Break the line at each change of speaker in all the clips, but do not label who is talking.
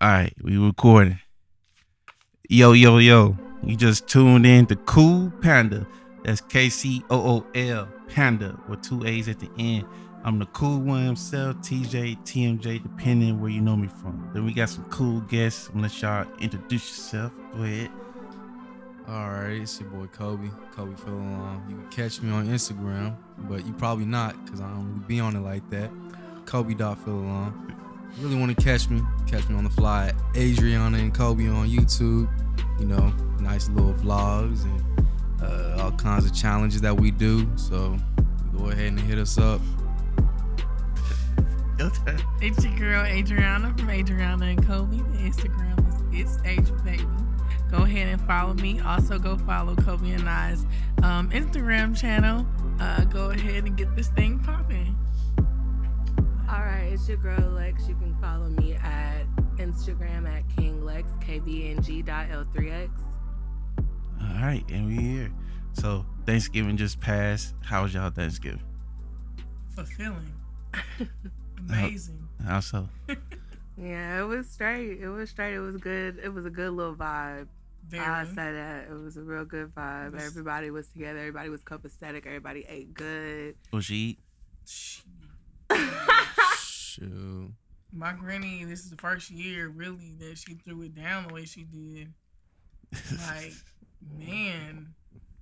All right, we recording. Yo, yo, yo. You just tuned in to Cool Panda. That's K C O O L Panda with two A's at the end. I'm the cool one himself, TJ, TMJ, depending where you know me from. Then we got some cool guests. I'm gonna let y'all introduce yourself. Go ahead.
All right, it's your boy Kobe, Kobe Philon. You can catch me on Instagram, but you probably not because I don't really be on it like that. Kobe.Philon. You Really want to catch me? Catch me on the fly. Adriana and Kobe on YouTube. You know, nice little vlogs and uh, all kinds of challenges that we do. So go ahead and hit us up.
It's your girl Adriana from Adriana and Kobe. The Instagram is it's H baby. Go ahead and follow me. Also, go follow Kobe and I's um, Instagram channel. Uh, go ahead and get this thing popping.
All right, it's your girl Lex. You can follow me at Instagram at KingLex, KBNG.L3X.
All right, and we here. So Thanksgiving just passed. How was y'all Thanksgiving?
Fulfilling. Amazing.
How so?
Yeah, it was straight. It was straight. It was good. It was a good little vibe. I
Very.
say that. It was a real good vibe.
Yes.
Everybody was together. Everybody was copacetic. Everybody ate good.
Was she eat?
Shoot.
My granny, this is the first year really that she threw it down the way she did. Like, man.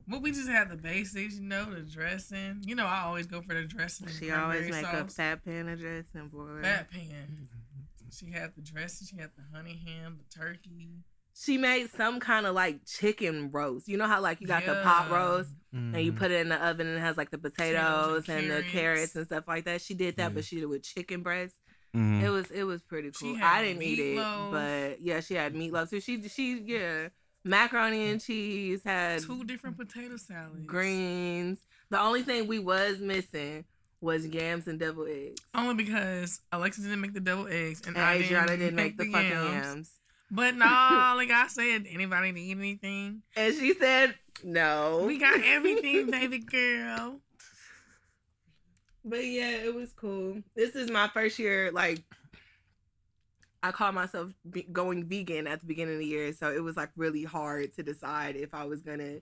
Well, we just had the basics, you know, the dressing. You know, I always go for the dressing. and
She
cranberry
always make a
sauce.
fat panda dressing for her.
fat pan. She had the dressing. She had the honey ham, the turkey.
She made some kind of like chicken roast. You know how like you got the pot
Yeah.
roast and you
Mm.
put it in the oven and it has like the
Potatoes
potatoes
and
and the
carrots.
carrots and stuff like that. She did that,
Yeah.
but she did it with chicken breast.
Mhm.
Mm-hmm.
It was it was pretty
She
cool.
had
I didn't eat
meatloaf.
it, but yeah, she had meatloaf. So she she yeah macaroni and cheese had
Two different potato salads.
greens. The only thing we was missing was yams and devil eggs.
Only because Alexis didn't make the double eggs and,
And
I
Adriana
didn't, make, the,
fucking
yams.
yams.
But nah, like I said, anybody need anything?
And she said no.
We got everything, baby girl.
But yeah, it was cool. This is my first year, like, I called myself be- going vegan at the beginning of the year. So it was like really hard to decide if I was going to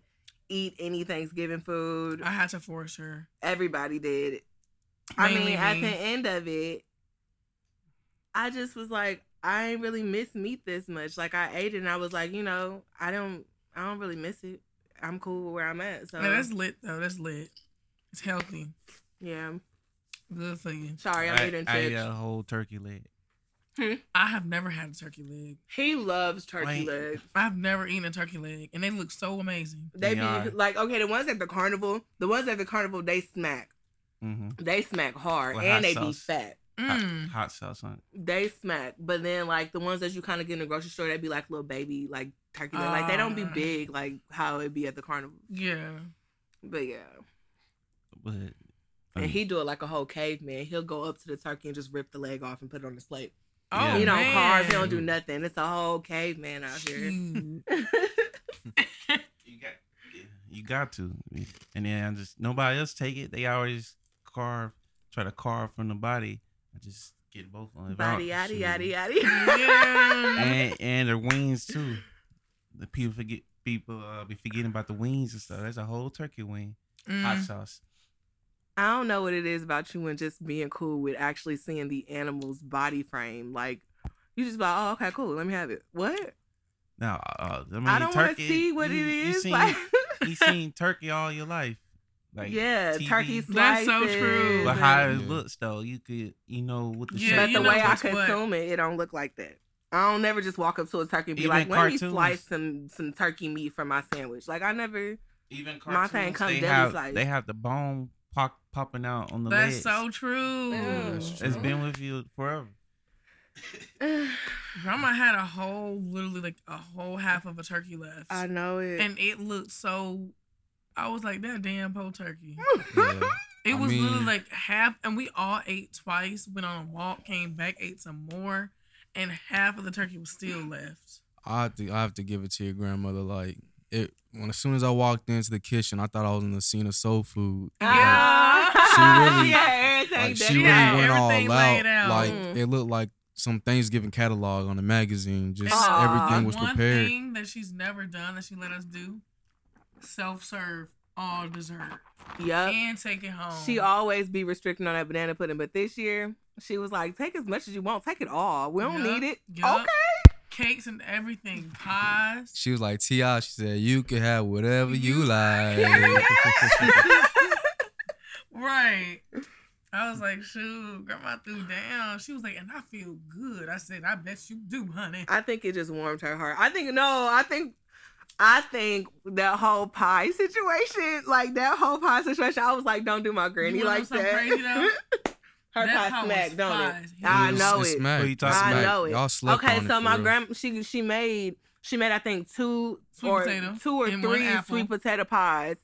eat any Thanksgiving food.
I had to force her.
Everybody did. I mean,
Mainly
at
me.
the end of it, I just was like, I ain't really miss meat this much. Like, I ate it and I was like, you know, I don't, I don't really miss it. I'm cool with where I'm at. So,
Man, that's lit though. That's lit. It's healthy.
yeah.
Good for you.
Sorry, I'm
I-
eating
I uh, ate
chips.
a whole turkey leg.
I have never had a turkey leg.
He loves turkey
Wait.
legs.
I've never eaten a turkey leg, and they look so amazing.
They
They
be
are.
like, okay, the ones at the carnival, the ones at the carnival, they smack.
Mhm.
They smack hard
With hot
and they be
sauce.
fat.
Hot,
Mm.
hot sauce on it.
They smack. But then like the ones that you kind of get in the grocery store, they be like little baby, like turkey. leg. like they don't be
Ah.
big like how it be at the carnival.
Yeah.
But yeah.
But
And
um,
he do it like a whole caveman. He'll go up to the turkey and just rip the leg off and put it on his plate.
Yeah.
Oh,
he don't
man.
carve, he don't do nothing. It's a whole caveman out here.
Shoot.
you got yeah, you got to. And then I just nobody else take it. They always carve, try to carve from the body. I just get both on. if I
Body
don't-
yaddy
shoot.
yaddy yaddy.
Yeah.
And and their wings too. The people forget people uh, be forgetting about the wings and stuff. That's a whole turkey wing,
Mm-hmm.
hot
Mm.
sauce.
I don't know what it is about you and just being cool with actually seeing the animal's body frame. Like, you just be like, oh, okay, cool. Let me have it. What?
Now uh, I, mean,
I, don't want to
turkey,
see what
you-
it
you
is.
seen-
like,
you seen turkey all your life. Like
yeah,
TV.
turkey slices.
That's so true.
But how
and-
it
Yeah.
looks though, you could you know what the
Yeah,
but
shape
you
the
know
way I
what's what.
consume it, it don't look like that. I don't never just walk up to a turkey and be
Even
like, let me
cartoons.
slice some some turkey meat for my sandwich. Like, I never.
Even
My
cartoons,
thing come
they
deli
have
slice.
they have the bone pop, popping out on the legs.
That's so true.
Ew.
That's
It's
true.
been with you forever.
Grandma had a whole, literally like a whole half of a turkey left,
I know it.
and it looked so. I was like, that damn whole turkey.
Yeah.
It
I
was literally
mean-
like half, and we all ate twice. Went on a walk, came back, ate some more, and half of the turkey was still left.
I have to I have to give it to your grandmother. Like it when as soon as I walked into the kitchen, I thought I was in the scene of soul food.
Yeah.
Ah.
She really-
yeah, everything
Like,
that
she
he
really
had.
had
went all
everything
out.
laid out.
Like
Mhm.
it looked like some Thanksgiving catalog on the magazine. Just
Aw,
everything was
one
prepared.
thing that she's never done that she let us do: self serve all dessert
Yup.
and take it home.
She always be restricting on that banana pudding, but this year she was like, "Take as much as you want. Take it all. We don't
Yup,
need it."
yup.
Okay.
cakes and everything, pies.
She was like, T.I., she said, you can have whatever you like.
Right. I was like, shoot, grandma threw down. She was like, and I feel good. I said, I bet you do, honey.
I think it just warmed her heart. I think no. I think. I think that whole pie situation, like that whole pie situation, I was like, "Don't do my granny
wanna know
like
something
that."
crazy, though?
Her
That pie was
pie smack, don't
fire.
it? I
It's-
know
it's
it.
smack.
What you
It's
talking
I
smack.
about?
know it.
Y'all slept
okay,
on it
so
for
my
real.
grandma she she made she made I think two
Sweet
or
potato
two or
and one
three
apple.
sweet potato pies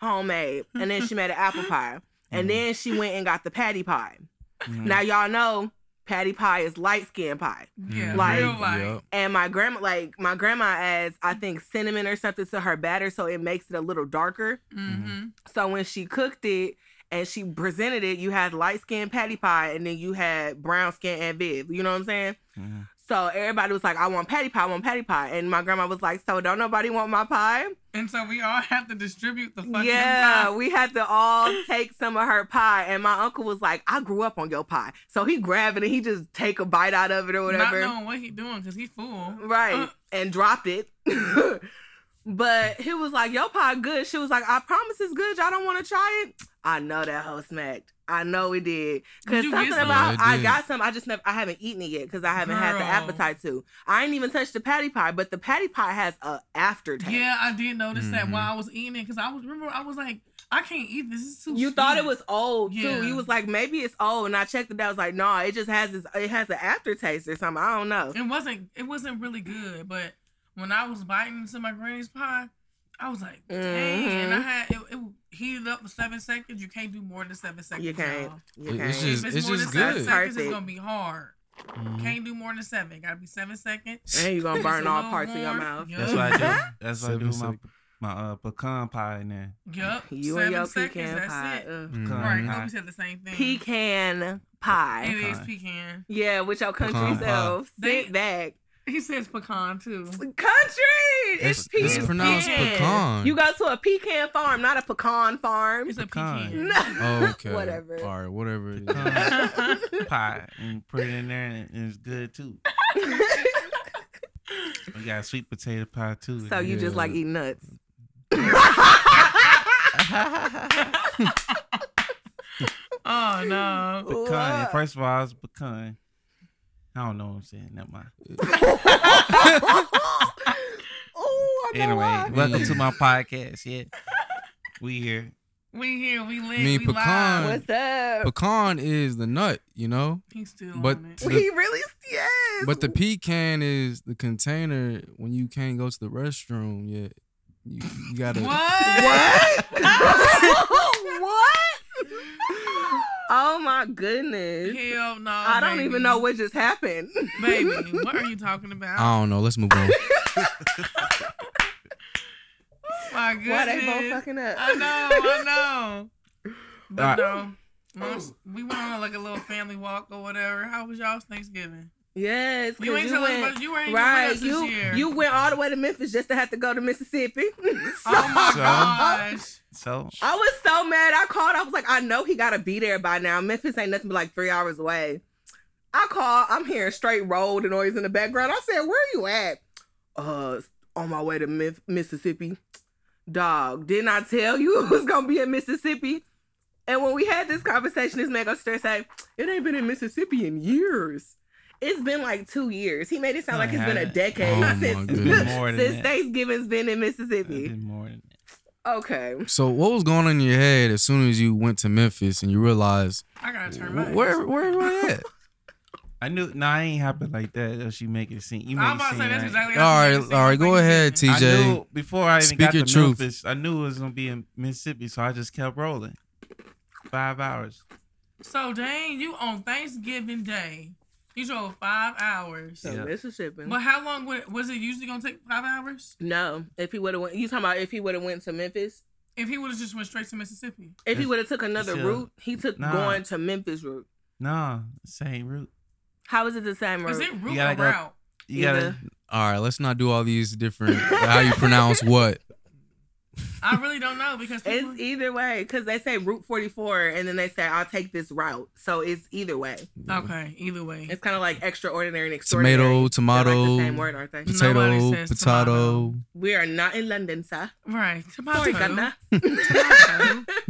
homemade, and then she made an apple pie, and
Mhm.
then she went and got the patty pie.
Mm.
Mhm.
Now y'all know patty pie is light skin pie,
Yeah,
Like-
real like.
Yup.
and my grandma like my grandma adds I think cinnamon or something to her batter, so it makes it a little darker.
Mm-hmm.
So when she cooked it and she presented it, you had light skin patty pie, and then you had brown skin and Viv. You know what I'm saying?
Mhm.
So everybody was like, "I want patty pie, I want patty pie," and my grandma was like, "So don't nobody want my pie?"
And so we all have to distribute the fucking
yeah,
pie.
we had to all take some of her pie, and my uncle was like, "I grew up on your pie," so he grabbed it and he just take a bite out of it or whatever.
Not knowing what he doing because he fool.
Right.
Uh.
and dropped it. but he was like, Yo pie good. She was like, I promise it's good. Y'all don't want to try it. I know that hoe smacked. I know it did. Cause
Did you get
something
some?
about
Yeah, it
I
did.
got some. I just never I haven't eaten it yet because I haven't had the
Girl.
appetite to. I ain't even touched the patty pie, but the patty pie has a aftertaste.
Yeah, I did notice that
Mhm.
while I was eating it because I was remember I was like, I can't eat this. It's too
You thought it
sweet.
was old
Yeah.
too. You was like, maybe it's old, and I checked it out. I was like, no, nah, it just has this. It has an aftertaste or something. I don't know.
It wasn't. It wasn't really good. But when I was biting into my granny's pie, I was like, dang. And I
Mhm.
had it, it heated up for seven seconds. You can't do more than seven seconds.
You can't.
y'all.
You
It-
can't.
it's just-
If it's, more
just
than seven
good.
seconds,
Perfect.
it's gonna be hard.
Mm-hmm.
Can't do more than seven. Gotta be seven seconds.
and you gonna
Just
burn
a
all
little
parts of your
warm.
mouth.
Yup.
That's what I do. That's what I
Seven
do my
sec-
my uh, pecan pie in there.
Yup.
You
seven
and your
seconds.
pecan
that's
pie.
it. Mm.
Ugh.
Mhm.
Right.
Pie.
Kobe said the same thing.
Pecan
It
pie.
is
Pecan.
pecan.
Yeah, with your country
Pecan pie.
self.
They-
Sit back.
He says pecan too.
Country!
It's,
It's, pe-
it's
pecan.
pronounced pecan.
You go to a pecan farm, not a pecan farm.
It's a
Pecan.
pecan.
No.
oh, okay.
Whatever.
All right, whatever it is.
Pecan. pie and put it in there, and, and it's good too. We got sweet potato pie too. in
so you just
Yeah.
like eat nuts.
oh no.
there. pecan.
What?
First of all, it's pecan. I don't know what I'm saying. Never mind.
oh, I know
Anyway,
why.
welcome to my podcast. Yeah, we here.
We here. We live.
mean,
we
pecan-
live.
What's up?
pecan is the nut, you know?
He's still
But-
on it.
the-
he really, yes.
But the pecan is the container when you can't go to the restroom yet. You, you gotta.
What?
What? what? Oh my goodness.
Hell no.
I don't even
baby.
know what just happened.
Baby, what are you talking about?
I don't know. Let's move on.
My goodness.
Why they both fucking up?
I know, I know. But
Alright.
no, most- we went on like a little family walk or whatever. How was y'all's Thanksgiving?
Yes, 'cause
You ain't telling
went,
us. You ain't
right.
with us this
You
year.
you went all the way to Memphis just to have to go to Mississippi.
Oh my
So-
gosh.
So
I was so mad. I called. I was like, I know he gotta be there by now. Memphis ain't nothing but like three hours away. I call. I'm hearing straight road noise in the background. I said, "Where you at?" Uh, on my way to Mif- Mississippi. Dog, didn't I tell you it was gonna be in Mississippi? And when we had this conversation, this man upstairs say, "It ain't been in Mississippi in years. It's been like two years." He made it sound
I
like it's been a
haven't.
decade
Oh my
since,
goodness.
More than
since
that.
Thanksgiving's been in
I
Mississippi.
did more than that.
Okay.
So, what was going on in your head as soon as you went to Memphis and you realized
I gotta turn my.
wh- where where everybody at?
I knew. No, nah, I ain't happen like that. Though she make it seem. You make
I'm
it
about to
seem
say that's
like-
exactly.
All right, all right, go ahead,
T.
T.
I
DJ,
knew before I even
speak
got
your
to
truth.
Memphis, I knew it was gonna be in Mississippi, so I just kept rolling. Five hours.
So dang, you on Thanksgiving Day? You drove five hours.
So
Yeah.
Mississippi.
But how long would, was it usually gonna take? Five hours?
No, if he would have went, you talking about if he would have went to Memphis?
If he would have just went straight to Mississippi.
If he would have took another
Yeah.
route, he took
Nah.
going to Memphis route.
Nah, same route.
How is it the same
Is
root?
it root
gotta
or
go-
route?
You gotta.
All right, let's not do all these different how you pronounce what.
I really don't know because people,
It's either way because they say Route 44 and then they say I'll take this route. So it's either way.
okay. Either way,
It's kind of like extraordinary and extraordinary.
Tomato,
They're
tomato,
Like the same word, aren't they?
Nobody
potato,
says
potato.
We are not in London, sir.
right?
Sorry,
Tomato.
Ghana.
Tomato.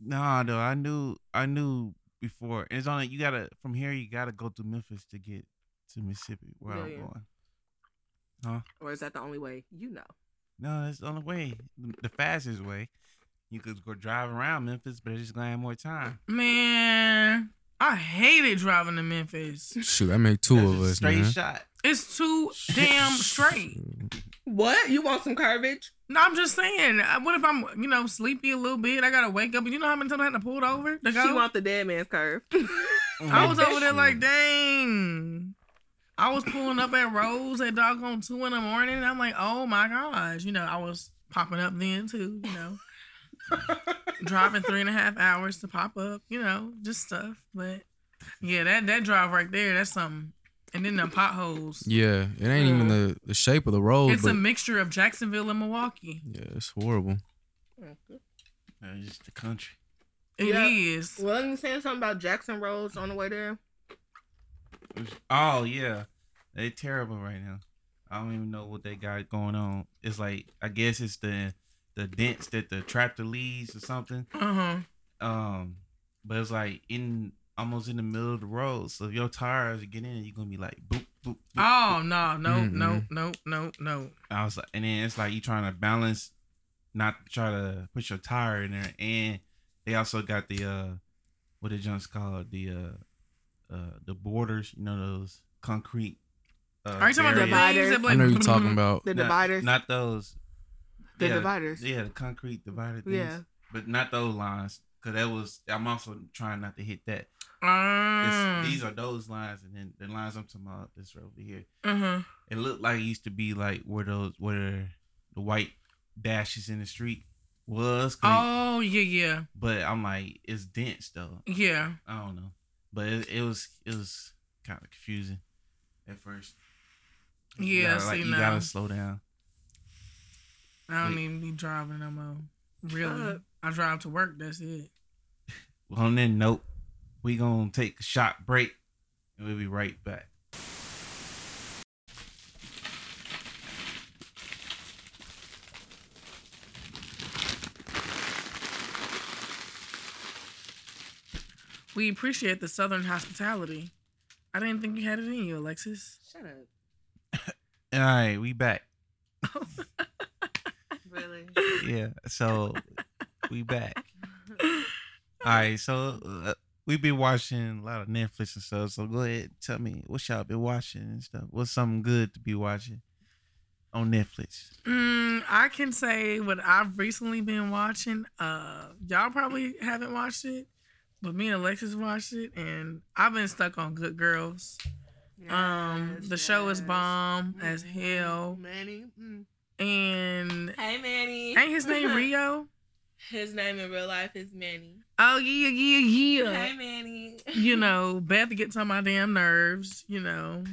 Nah, though. I knew. I knew before. And it's only you gotta from here. You gotta go through Memphis to get to Mississippi, where
Yeah, yeah.
I'm going.
or is that the only way? You know.
No, that's the only way. The- The fastest way. You could go drive around Memphis, but it's just gonna have more time.
Man, I hated driving to Memphis.
Shoot, that make two
That's
of
just a
us,
Straight
man.
shot.
It's too damn straight.
What? You want some curvage?
No, I'm just saying. uh, What if I'm, you know, sleepy a little bit? I gotta wake up. You know how many times I had to pull it over to
She
go?
want the dead man's curve.
I was over there
Shit.
like, dang. I was pulling up at Rose at doggone two in the morning. And I'm like, oh my gosh. You know, I was popping up then too, you know. Driving three and a half hours to pop up, you know, just stuff. But yeah, that, that drive right there, that's something. And then the potholes.
Yeah, it ain't even the, the shape of the road,
It's
but
a mixture of Jacksonville and Milwaukee.
yeah, it's horrible.
Nah, it's Uh, just the country.
It is.
Yeah. well, let me say something about Jackson Roads on the way there.
It's- Oh yeah, they terrible right now. I don't even know what they got going on. It's like I guess it's the the dents that the tractor leaves or something.
Uh huh.
Um, but it's like in almost in the middle of the road. So if your tires get in, you're gonna be like boop boop. boop
Oh
boop.
no, no, no,
Mm-mm.
no, no, no.
I was like, and then it's like you trying to balance, not try to put your tire in there, and they also got the uh, what the junk's called the uh, uh, the borders. You know those concrete. Uh,
Are you talking about the
barriers.
things
Dividers.
that
I
like? mm-hmm.
know you're talking about.
The
Not-
dividers.
Not those.
the
yeah,
dividers.
Yeah, the concrete divider things.
Yeah.
But not those lines. Cause that was I'm also trying not to hit that. It's,
Mm.
Ah.
These are those lines and then the lines I'm talking about this right over here.
Uh-huh.
It looked like it used to be like where those where the white dashes in the street was. 'cause it-
Oh yeah, yeah,
But I'm like, it's dense though.
yeah.
I don't know. But it, it was it was kind of confusing at first. You
Yeah,
gotta,
so
like,
you
you
know.
gotta slow down.
I don't
Wait.
even be driving no more. Really,
up.
I drive to work. That's it.
Well, on that note, we gonna take a shot break, and we'll be right back.
We appreciate the southern hospitality. I didn't think you had it in you, Alexis.
Shut up.
All right, we back.
Really?
Yeah, so we back. All right, so uh, we've been watching a lot of Netflix and stuff. So go ahead, tell me what y'all been watching and stuff. What's something good to be watching on Netflix?
Mm, I can say what I've recently been watching. Uh, y'all probably haven't watched it, but me and Alexis watched it, and I've been stuck on Good Girls. um, the show is bomb as hell,
Mm-hmm. Manny. Mm.
and
Hey, Manny.
ain't his name Rio?
His name in real life is Manny.
Oh yeah, yeah, yeah.
Hey, Manny.
you know, Beth gets on my damn nerves, you know.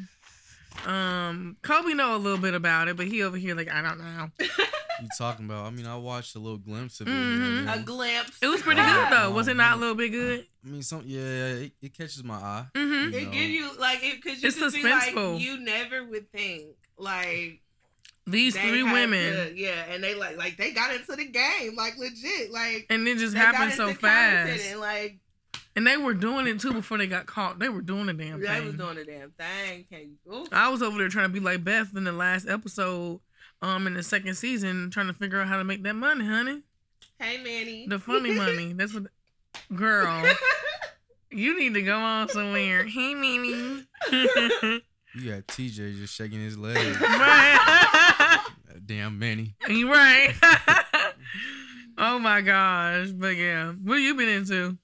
Um, Kobe know a little bit about it, but he over here like I don't know.
You talking about? I mean, I watched a little glimpse of it.
Mhm.
and,
A
uh,
glimpse.
It was pretty good though, was it not a little bit good?
I mean, some yeah, it, it catches my eye.
Mm-hmm.
You
It
know.
gives you like it because you
It's
could be like
suspenseful.
you never would think like
These
they
three
had
women,
to- yeah, and they like like they got into the game like legit like
and it just
they
happened
got
so
into content
fast,
and like
and they were doing it too before they got caught. They were doing the damn
they
thing.
was doing a damn thing. Can you? ooh.
I was over there trying to be like Beth in the last episode, um, in the second season, trying to figure out how to make that money, honey.
Hey, Manny.
The funny money. That's what. Girl, you need to go on somewhere. Hey, Mimi.
You got TJ just shaking his leg. Uh,
right.
Damn, Manny.
You right. oh my gosh. But yeah. What you been into?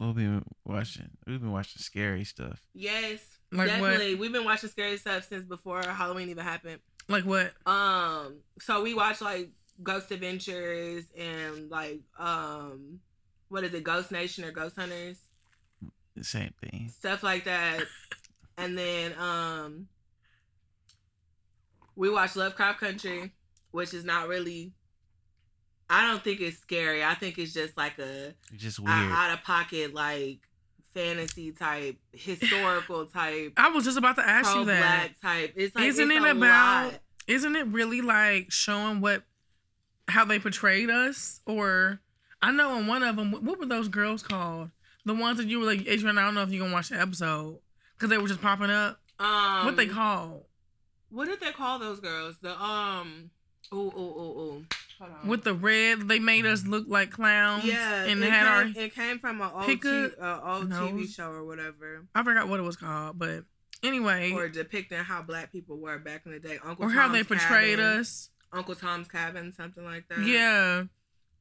We've been watching. We've been watching scary stuff.
yes,
Like what?
definitely. We've been watching scary stuff since before Halloween even happened.
Like what?
Um, so we watch like Ghost Adventures and like um, what is it, Ghost Nation or Ghost Hunters?
the same thing.
stuff like that. And then um we watch Lovecraft Country, which is not really I don't think it's scary. I think it's just like a,
It's just
a
weird.
out of pocket like fantasy type, historical type,
I was just about to ask
pro
you that.
black type. It's like
Isn't
it's
it
a
about-
lot.
Isn't it really like showing what how they portrayed us? Or I know in one of them, what were those girls called? The ones that you were like, Adrian, I don't know if you're gonna watch the episode because they were just popping up.
um
what they called
What did they call those girls? The um ooh ooh ooh ooh. Hold on.
with the red? They made us look like clowns.
yeah,
and
it,
had our
came, it came from an old,
pick
t-
up
uh, old TV
nose.
show or whatever.
I forgot what it was called, but anyway,
or
or,
depicting how black people were back in the day. Uncle
how
Tom's
they portrayed
Cabin,
us.
Uncle Tom's Cabin, something like that.
Yeah,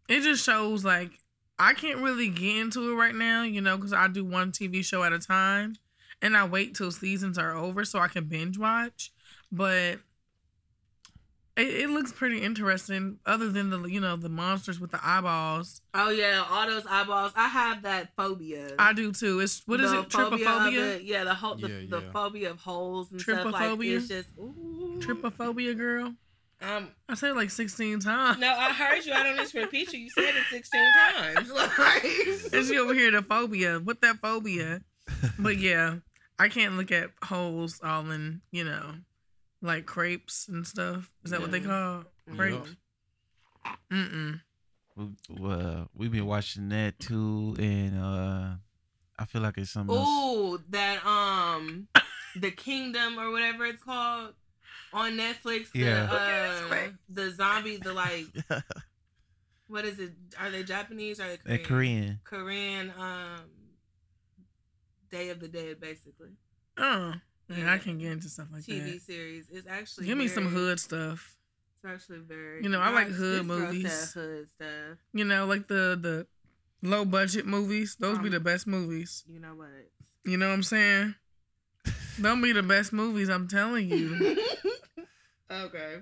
it just shows like I can't really get into it right now, you know, because I do one TV show at a time, and I wait till seasons are over so I can binge watch. But it, it looks pretty interesting, other than the you know the monsters with the eyeballs.
Oh yeah, all those eyeballs. I have that phobia.
I do too. It's what is
The
it?
phobia of
Trypophobia.
it- yeah, the whole the,
Yeah,
the
yeah.
phobia of holes and stuff like
Trypophobia?
it's just ooh.
Trypophobia, girl.
Um,
I said it like sixteen times.
no, I heard you. I don't need to repeat you. You said it sixteen times. Like,
And she over here the phobia. What that phobia? But yeah, I can't look at holes all in, you know, like crepes and stuff. Is that what they
Yeah.
call
Yeah.
crepes? Mm
We- uh, we've been watching that too, and uh, I feel like it's something. Else.
Ooh, that um, the Kingdom or whatever it's called on Netflix. The,
Yeah.
uh, the zombie, the like, what is it? Are they Japanese? Or are they
that
Korean?
Korean.
Korean. um, Day of the Dead, basically.
mm. Oh, yeah, I
Yeah.
can get into stuff like
TV
that.
series. It's actually
Give me some
very-
hood stuff.
It's actually very.
You know, I like
Gosh,
hood
this girl said
movies.
Hood stuff.
You know, like the the low budget movies. Those be
Um,
the best movies.
You know what?
You know what I'm saying? Don't be the best movies. I'm telling you.
Mm-hmm. okay.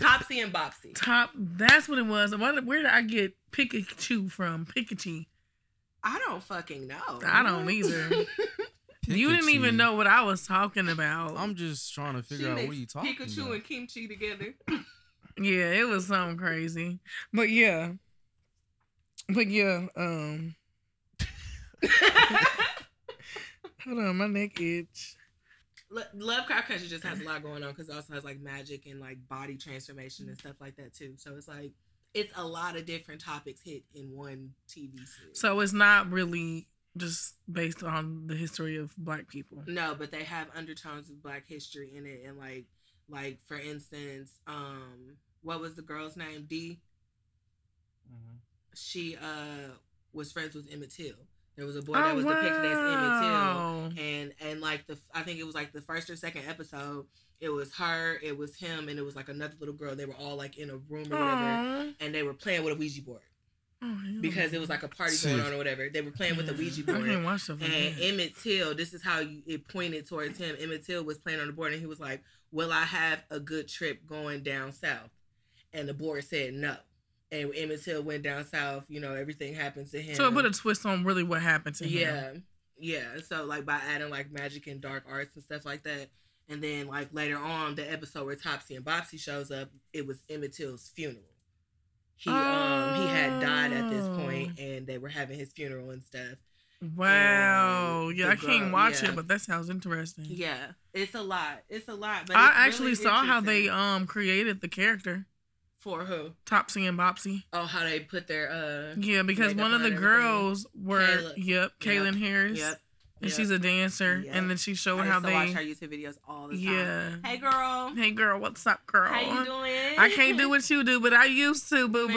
Topsy and Bopsy.
Top. That's what it was. What- Where did I get Pikachu from? Pikachu.
I don't fucking know.
I don't either. You didn't even
Pikachu.
know what I was talking about.
I'm just trying to
She
figure out
mixed
what you talking
Pikachu
about.
and kimchi together.
yeah, it was something crazy. But yeah. But yeah, um hold on, my neck itch.
Lo- Lovecraft Country just has a lot going on because it also has like magic and like body transformation and stuff like that too. So it's like it's a lot of different topics hit in one TV series.
So it's not really just based on the history of black people.
no, but they have undertones of Black history in it and like like for instance, um, what was the girl's name? D. She uh was friends with Emmett Till. There was a boy that was depicted as Emmett Till.
Oh, wow.
and and like the I think it was like the first or second episode. It was her, it was him, and it was like another little girl. They were all like in a room or whatever,
Aw.
and they were playing with a Ouija board
Oh, hell.
because it was like a party going
Sick.
on or whatever. They were playing with the Ouija
I can't
board.
watch stuff like
And
that.
Emmett Till, this is how you, it pointed towards him. Emmett Till was playing on the board, and he was like, "Will I have a good trip going down south?" And the board said no. And Emmett Till went down south. You know, everything happens to him.
So it put a twist on really what happened to him.
Yeah. Yeah. So like by adding like magic and dark arts and stuff like that. And then like later on the episode where Topsy and Bopsy shows up, it was Emmett Till's funeral. He um he had died at this point
Oh.
and they were having his funeral and stuff.
Wow.
And
yeah,
the
I can't
girl-
watch
yeah.
it, but that sounds interesting.
Yeah. It's a lot. It's a lot. But
I actually saw how they um created the character
for who?
Topsy and Bopsy.
Oh, how they put their uh
Yeah, because
Makeup
one of
on
the
everything.
girls were
Kayla.
yep, Kaylin Harris,
Yep.
and
yep.
she's a dancer,
Yep.
and then she showed
I
how
used to watch
they
her YouTube videos all the time.
yeah.
Hey girl.
Hey girl, what's up, girl?
How you doing?
I can't do what you do, but I used to, boo
Man,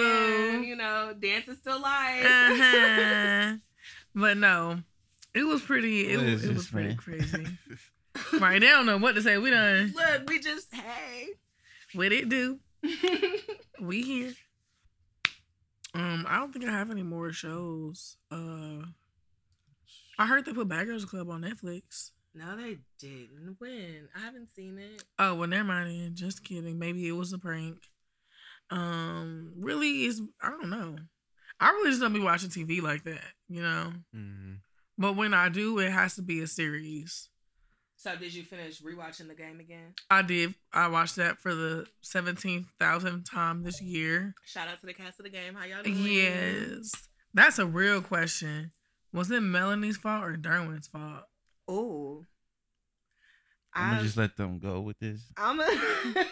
boo.
You know, dance is still life.
Uh-huh. but no, it was pretty. It,
What is
was, it was
this,
pretty
man?
crazy. right, they don't know what to say. We done.
Look, we just hey.
What it do? we here. Um, I don't think I have any more shows. Uh, I heard they put Bad Girls Club on Netflix.
no, they didn't win. I haven't seen it.
Oh well, never mind. Then. Just kidding. Maybe it was a prank. Um, really is. I don't know. I really just don't be watching TV like that. You know,
Mhm.
But when I do, it has to be a series.
So did you finish rewatching the game again?
I did. I watched that for the seventeen thousandth time this year.
Shout out to the cast of the game. How y'all doing?
Yes, that's a real question. Was it Melanie's fault or Derwin's fault?
Oh.
I'm
I
gonna just let them go with this.
I'm a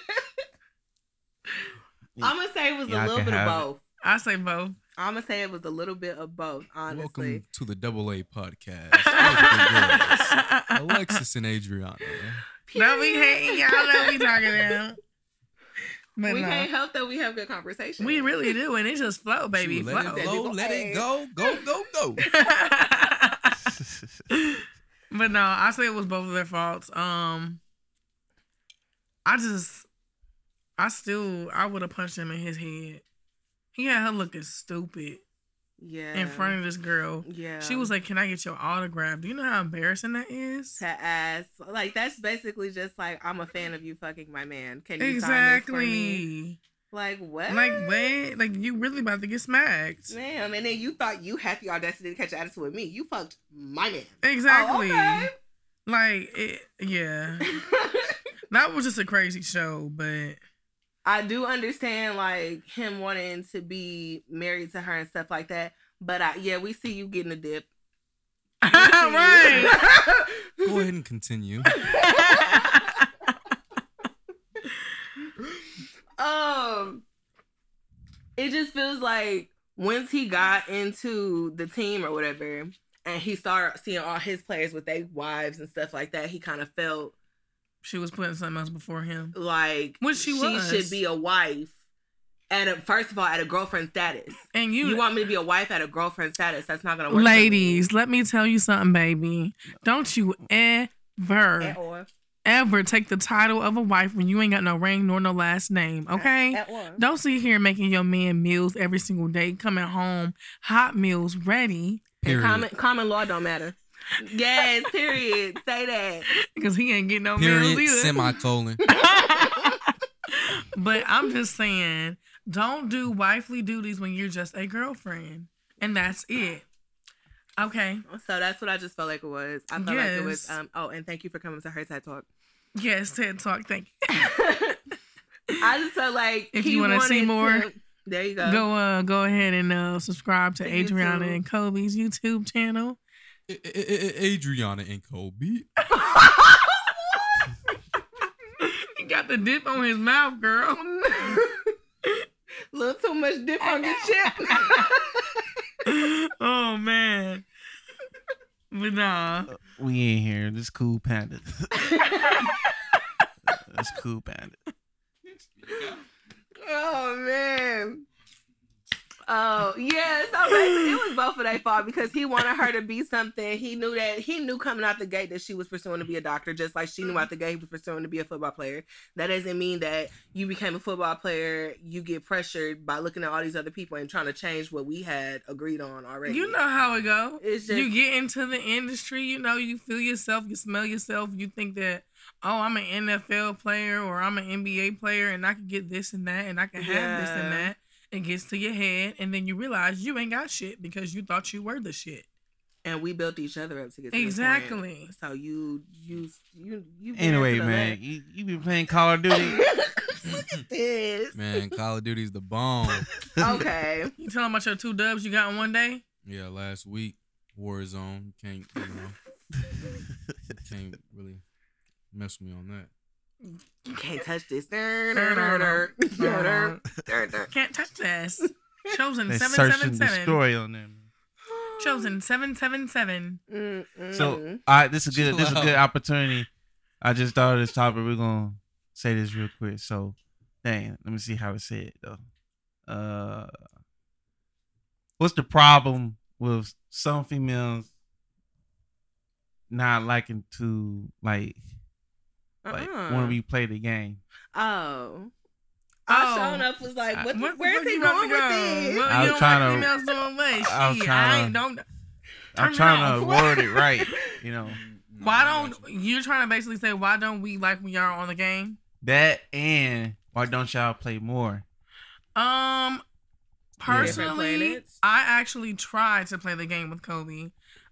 I'm gonna say it was
Y'all
a little
can
bit of
have it.
both.
I say both.
I'm gonna say it was a little bit of both, honestly.
Welcome to the Double A podcast. With the girls, Alexis and Adriana.
No, we hating y'all. Know we talking now. But
we
no,
can't help that we have good conversation.
we really do, and it just flow, baby,
Shoot, let
flow.
it
Flow.
go, let it go, go, go, go.
but no, I say it was both of their faults. Um, I just, I still, I would have punched him in his head. He had her looking stupid
Yeah.
in front of this girl.
Yeah.
She was like, "Can I get your autograph?" Do you know how embarrassing that is?
to ass. Like that's basically just like I'm a fan of you fucking my man. Can you sign this for me?
Exactly.
Like what?
Like what? Like you really about to get smacked?
Damn, and then you thought you had the audacity to catch an attitude with me. You fucked my man.
Exactly.
Oh,
Like it, yeah.
okay.
That was just a crazy show, but
I do understand like him wanting to be married to her and stuff like that. But I yeah, we see you getting a dip. We see you.
right.
Go ahead and continue.
um it just feels like once he got into the team or whatever and he started seeing all his players with their wives and stuff like that he kind of felt
she was putting something else before him.
like
Which she was.
should be a wife at a first of all at a girlfriend status
And
you,
you,
want me to be a wife at a girlfriend status that's not gonna work for me.
ladies, let me tell you something, baby. Don't you
at
ever,
all
ever take the title of a wife when you ain't got no ring nor no last name, okay?
at all
Don't sit here making your man meals every single day, coming home, hot meals ready,
And common,
Period.
common law don't matter yes period say that
because he ain't getting no meals
Period.
either.
Semicolon.
but I'm just saying, don't do wifely duties when you're just a girlfriend, and that's it. Okay.
So that's what I just felt like it was. I felt like it was.
Yes.
Um, oh, and thank you for coming to her TED talk.
Yes, TED Talk. Thank you.
I just felt like
If
he
you wanna see
wanted
more,
to- there you go.
Go uh go ahead and uh subscribe to
To
Adriana
YouTube.
and Kobe's YouTube channel.
A- A- A- Adriana and Kobe.
He got the dip on his mouth, girl.
Little too much dip on your chip.
oh man. But nah.
We in here. This cool panda. That's cool panda.
oh man. Oh yeah. So basically, it was both of their fault because he wanted her to be something. He knew that he knew coming out the gate that she was pursuing to be a doctor, just like she knew out the gate he was pursuing to be a football player. That doesn't mean that you became a football player. You get pressured by looking at all these other people and trying to change what we had agreed on already.
You know how it go.
It's just-
you get into the industry, you know, you feel yourself, you smell yourself, you think that, oh, I'm an NFL player or I'm an NBA player and I can get this and that and I can have this
Yeah.
and that. It gets to your head and then you realize you ain't got shit because you thought you were the shit.
and we built each other up to get to this point.
Exactly.
So you you you you. been
Anyway,
into the
man, you, you been playing Call of Duty.
Look at this.
Man, Call of Duty's the bomb.
Okay.
You tell them about your two dubs you got in one day?
Yeah, last week, Warzone. Can't, you know, can't really mess with me on that.
You can't touch this.
Can't
Chosen
touch this. Chosen
they search and
777.
destroy on them.
Chosen 777.
Mm-hmm.
So, all right, this is good. This is a
Chill
good
out.
opportunity. I just thought of this topic. We're gonna say this real quick. So, dang, let me see how it said though. Uh, what's the problem with some females not liking to like like when we play the game?
Uh-uh. Oh.
Oh.
I showed up was like,
I-
what, the-
What the
where's
fuck
he
you about
going
to
with
go?
this?
Well,
I
you
was
don't
trying
like females doing what?
I was
Shit, I
trying
ain't
to-
don't.
I'm
Turn it
trying to
off.
word it right. You know
Why don't you're trying to basically say why don't we like when y'all are on the game?
that, and why don't y'all play more?
Um,
Different
personally,
planets.
I actually tried to play the game with Kobe.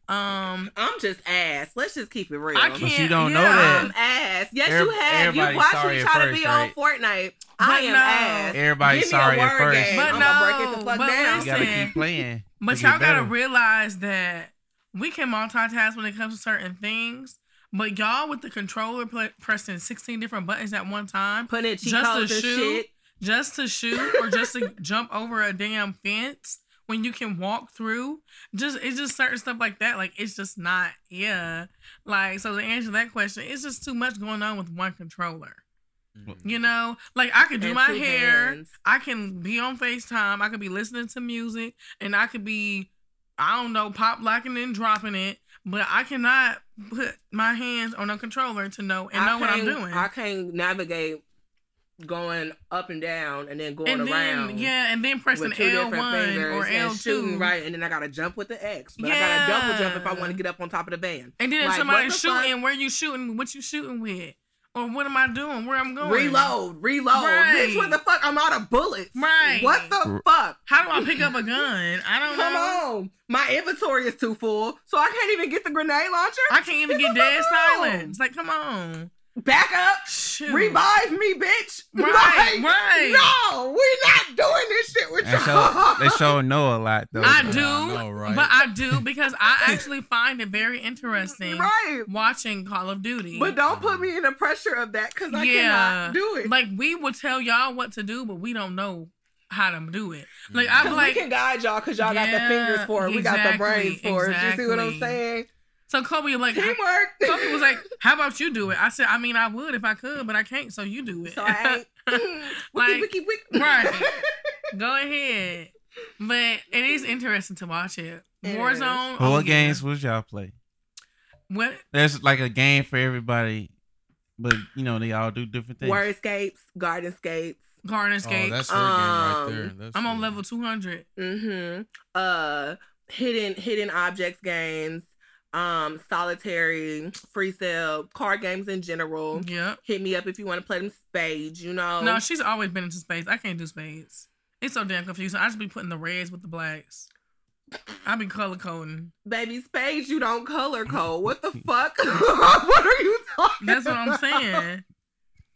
Um,
I'm just ass. Let's just keep it real.
I can't.
you don't know
yeah,
that.
I'm ass. Yes,
Every-
you have. You
everybody's
watched
sorry
me
at
try to
first,
be
right?
on Fortnite.
But
I am
no.
ass.
Everybody's
Give me a
sorry at
word
first.
game.
But
I'm
no,
gonna break it the fuck
but
down.
You gotta
Listen.
keep playing.
But
to
y'all
get
gotta
better.
realize that we can multitask when it comes to certain things. But y'all with the controller pl- pressing 16 different buttons at one time,
Put in cheat
Just a
codes and
shoe?
shit.
just to shoot or just to jump over a damn fence when you can walk through just it's just certain stuff like that like it's just not yeah like so to answer that question it's just too much going on with one controller you know like i could do
and
my
two
hair
hands.
i can be on facetime i could be listening to music and i could be i don't know pop locking and dropping it but i cannot put my hands on a controller to know and know what i'm
can't-
doing
I can't navigate going up and down and then going
and
around.
then yeah, and then
With
pressing
two
L
different
one
fingers
or L
and
two,
shooting right, and then I gotta jump with the X, but I gotta double jump if I
Yeah.
want to get up on top of the band.
And then if
Like,
somebody's
what the fuck?
shooting, where you shooting? What you shooting with? Or what am I doing? Where I'm going?
Reload, reload.
Right.
Bitch, what the fuck? I'm out of bullets.
Right.
What the fuck?
How do I pick up a gun? I don't
Come
know.
on. My inventory is too full, so I can't even get the grenade launcher.
I can't even get
Come
dead
on.
silence. Like, come on.
Back up.
Shoot.
Revive me, bitch.
Right,
Like,
right.
No, we're not doing this shit with
They show,
y'all.
they show know a lot though.
I
Yeah, I
do,
know, right?
but I do because I actually find it very interesting
Right.
watching Call of Duty.
But don't put me in the pressure of that because I
Yeah.
cannot do it.
like, we will tell y'all what to do, but we don't know how to do it. Like, I'm
'Cause
like,
we can guide y'all because y'all got
Yeah,
the fingers for it. We got the brains
exactly,
for it. You see what I'm
exactly.
saying?
so Kobe, like,
Teamwork.
Kobe was like, "How about you do it?" I said, "I mean, I would if I could, but I can't. So you do it.
so I ain't. Mm-hmm.
Like,
wiki, wiki, wiki.
right. Go ahead." But it is interesting to watch it.
It is.
Warzone.
What
oh, yeah.
games was y'all play?
What?
There's like a game for everybody, but you know they all do different things.
Wordscapes, gardenscapes.
Oh,
Gardenscape.
that's her game right
Um,
there. That's
I'm on
her.
level 200.
Mm-hmm. Uh, hidden hidden objects games. Um, solitary, free cell, card games in general.
Yep.
Hit me up if you want to play them spades. You know.
No, she's always been into spades. I can't do spades. It's so damn confusing. I just be putting the reds with the blacks. I be color coding.
Baby spades, you don't color code. What the fuck? what are you talking?
That's what I'm
about?
saying.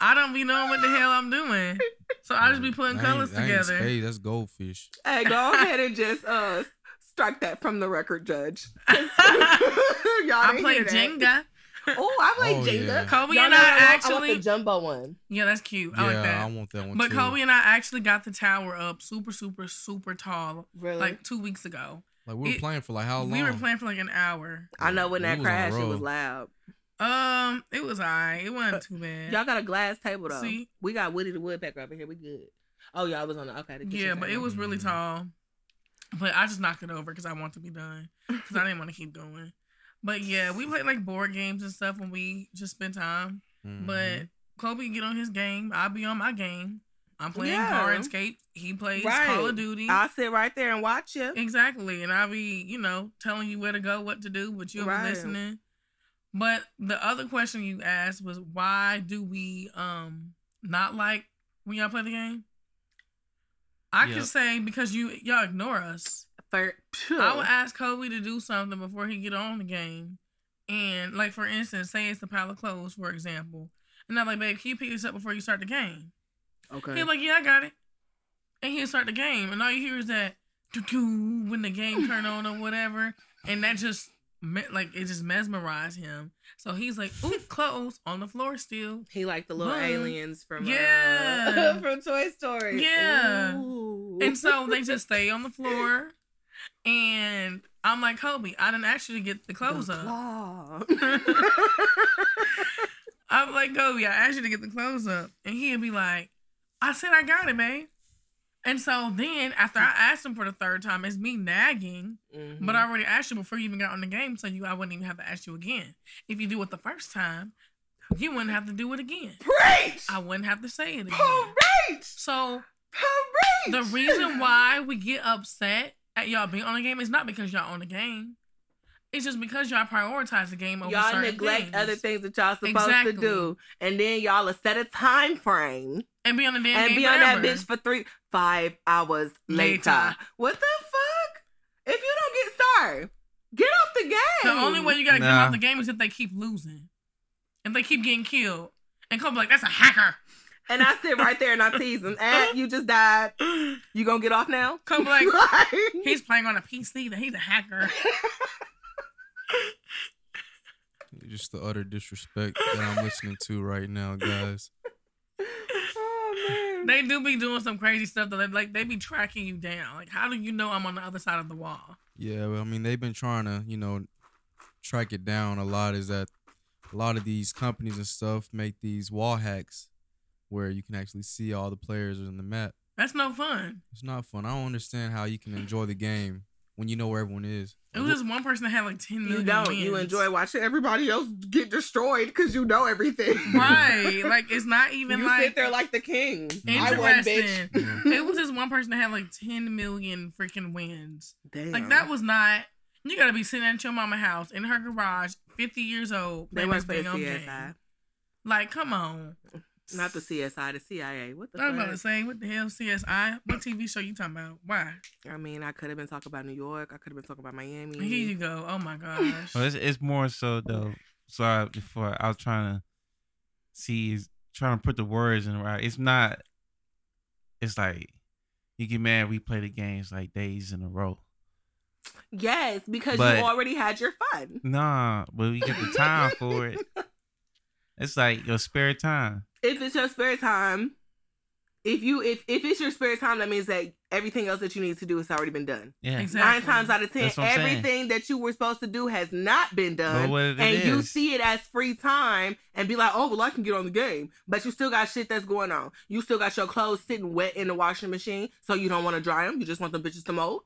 I don't be knowing what the hell I'm doing. So I just be putting
That ain't-
colors
that ain't
together.
spades, that's goldfish.
Hey, go ahead and just uh strike that from the record, Judge. I
I play Jenga.
Oh, I play
Oh,
Jenga.
yeah.
Kobe
Y'all
and
know
I
want- I
actually-
want the jumbo one.
Yeah, that's cute. I
yeah,
like that.
I want that one
But
too.
Kobe and I actually got the tower up super, super, super tall
Really?
like two weeks ago.
like we were
it-
playing for like how long?
We were playing for like an hour.
I know when
We
that
was on a
crashed, it
roll.
was loud.
Um, it was alright. It wasn't too
Y'all
bad.
got a glass table though.
See?
We got Woody the Woodpecker over here. We good. Oh, y'all was on the okay. The kitchen
Yeah, but it
table.
was really
Mhm.
tall. But I just knocked it over because I want to be done because I didn't want to keep going. But yeah, we played like board games and stuff when we just spent time.
Mhm.
But Kobe get on his game. I'll be on my game. I'm playing
Yeah.
Gardenscape. He plays Call
Right.
of Duty.
I'll sit right there and watch you.
Exactly. And I'll be, you know, telling you where to go, what to do, but you'll
Right.
be listening. But the other question you asked was why do we um not like when y'all play the game? I
Yep.
could say because you y'all ignore us.
For
I would ask Kobe to do something before he get on the game. And like for instance, say it's the pile of clothes, for example. And I'm like, babe, can you pick this up before you start the game?
okay.
He's like, yeah, I got it. And he'll start the game. And all you hear is that doo-doo when the game turn on or whatever. And that just, me- like, it just mesmerized him. So he's like, ooh, clothes on the floor still.
he liked the little
Bun.
aliens from
Yeah.
uh, from Toy Story.
Yeah.
Ooh.
And so they just stay on the floor. And I'm like, Kobe, I didn't actually get the clothes
The
up.
claw.
I'm like, Kobe, I asked you to get the clothes up. And he'd be like, I said I got it, babe. And so then after I asked him for the third time, it's me nagging.
Mhm.
But I already asked you before you even got on the game, so you I wouldn't even have to ask you again. If you do it the first time, you wouldn't have to do it again.
preach,
I wouldn't have to say it again.
preach,
So
preach.
the reason why we get upset at y'all being on the game is not because y'all on the game. It's just because y'all prioritize the game over
y'all
certain
neglect
things.
other things that y'all supposed
Exactly.
to do, and then y'all will set a time frame
and be on the damn
and
game
be on that
forever.
bitch for three five hours later.
Later.
What the fuck? If you don't get started, get off the the game.
The only way you gotta get them
Nah.
out the game is if they keep losing. If they keep getting killed. And Kobe like, that's a hacker.
And I sit right there and I tease him. And you just died. You gonna get off now?
Kobe like,
Like-
he's playing on a PC that he's a hacker.
Just the utter disrespect that I'm listening to right now, guys.
oh man.
They do be doing some crazy stuff that they like they be tracking you down. Like, how do you know I'm on the other side of the wall?
Yeah, but I mean they've been trying to, you know, track it down a lot is that a lot of these companies and stuff make these wall hacks where you can actually see all the players in the map.
That's no fun.
It's not fun. I don't understand how you can enjoy the game when you know where everyone is.
It was just one person that had like ten million.
You don't. You
wins.
enjoy watching everybody else get destroyed because you know everything.
Right. Like it's not even
You
like
sit there like the king. I won, bitch.
interesting. it was just one person that had like ten million freaking wins.
Damn.
Like that was not. You gotta be sitting at your mama house in her garage, fifty years old.
They
playing
weren't
this
for the
big old game.
CSI.
Like, come on.
Not the CSI, the CIA. What the
I was about
fuck?
to say, what the hell, CSI? What TV show you talking about? Why?
I mean, I could have been talking about New York. I could have been talking about Miami.
Here you go. Oh my gosh.
Well, it's, it's more so though. Sorry, before I was trying to see, is trying to put the words in right. It's not. It's like you get mad. We play the games like days in a row.
Yes, because
But-
you already had your fun.
Nah, but we get the time for it. It's like your spare time.
If it's your spare time, if you if if it's your spare time, that means that everything else that you need to do has already been done.
Yeah.
Exactly.
Nine times out of ten,
That's what I'm saying.
everything that you were supposed to do has not been
But
done.
what it
and you
is-
see it as free time and be like, oh, well, I can get on the game. But you still got shit that's going on. You still got your clothes sitting wet in the washing machine, so you don't want to dry them. You just want them bitches to mold.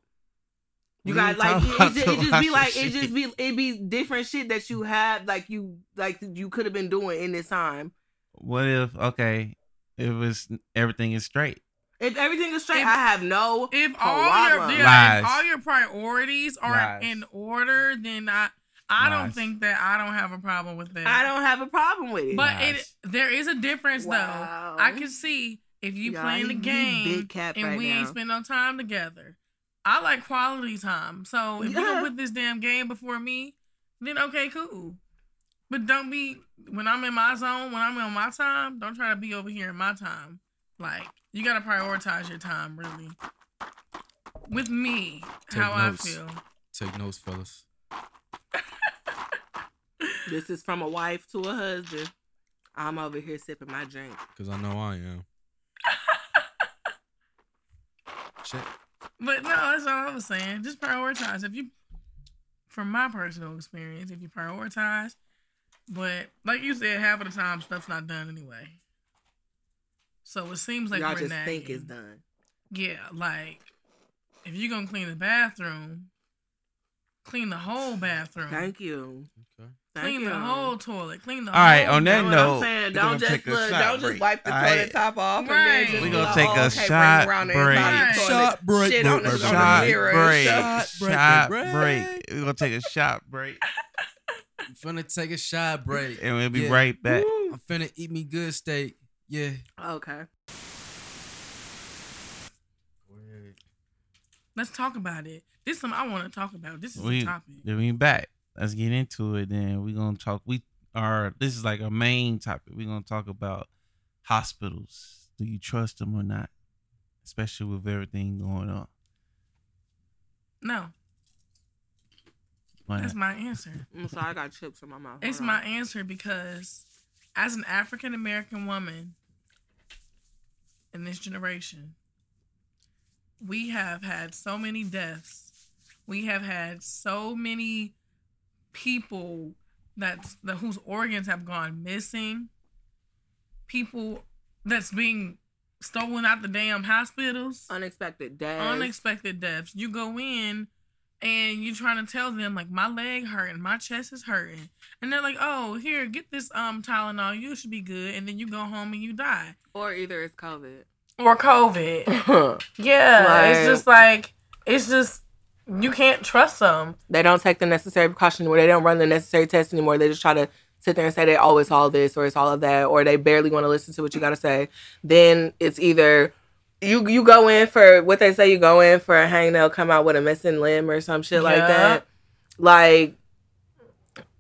You
What are
got
you
like
talking
it,
about
it, just, it
the
just be
washing
like it just be
machine?
it be different shit that you have like you like you could have been doing in this time.
What if okay? If it's everything is straight.
If everything is straight,
If-
I have no
if all your
problem.
yeah, if
Lies.
all your priorities are
Lies.
in order, then I I don't
Lies.
think that I don't have a problem with that.
I don't have a problem with it.
But it
Lies.
there is a difference
Wow.
though. I can see if you
Y'all,
playing the
he- he
game
big cap
and
right
we
now.
ain't spend no time together. I like quality time. So if you
Yeah.
don't put this damn game before me, then okay, cool. But don't be when I'm in my zone, when I'm on my time, don't try to be over here in my time. Like you gotta prioritize your time really. With me,
Take
how
notes.
I feel.
Take notes, fellas.
this is from a wife to a husband. I'm over here sipping my drink.
Because I know I am. Check.
But no, that's all I was saying. Just prioritize. If you, from my personal experience, if you prioritize, but like you said, half of the time stuff's not done anyway. So it seems like
Y'all
we're
just
nagging.
think it's done.
Yeah, like if you're gonna clean the bathroom, clean the whole bathroom,
Thank you.
Okay.
Thank
clean
you.
the whole toilet, clean the
All right,
whole
on that
You
toilet.
know
note,
what I'm saying?
we gonna
Don't just
take a
look,
shot
don't just
break.
wipe the
All
toilet
right.
top off. and then
Right.
just
We
be
gonna
like,
take
oh,
a
okay, bring
shot
around the
break.
inside of the toilet.
Shot break.
Shit on the-
break,
on the
Shot
mirror.
break.
Shot break,
Shot
break.
break. We're gonna take a shot break
I'm finna take a shot break.
and we'll be
Yeah.
right back.
Woo.
I'm finna eat me good steak. Yeah.
Okay.
Let's talk about it. This is something I want to talk about. This is
We-
the topic.
Then we back. Let's get into it. Then we're gonna talk. We are this is like our main topic. We're gonna talk about hospitals. Do you trust them or not? Especially with everything going on.
No,
Like,
that's my answer.
I'm sorry, I got chips in my mouth.
It's
Hold
my
on.
answer because as an African American woman in this generation, we have had so many deaths. We have had so many people that's that whose organs have gone missing. People that's being stolen out the damn hospitals
unexpected death.
unexpected deaths. You go in and you're trying to tell them like my leg hurting, my chest is hurting, and they're like, "Oh, here, get this um Tylenol. You should be good." And then you go home and you die
or either it's COVID.
or COVID. Yeah,
Like-
it's just like it's just you can't trust them.
they don't take the necessary precaution anymore. They don't run the necessary tests anymore. They just try to sit there and say they oh it's all this or it's all of that or they barely want to listen to what you gotta say. Then it's either you you go in for what they say you go in for a hangnail, come out with a missing limb or some shit like
Yeah.
that. Like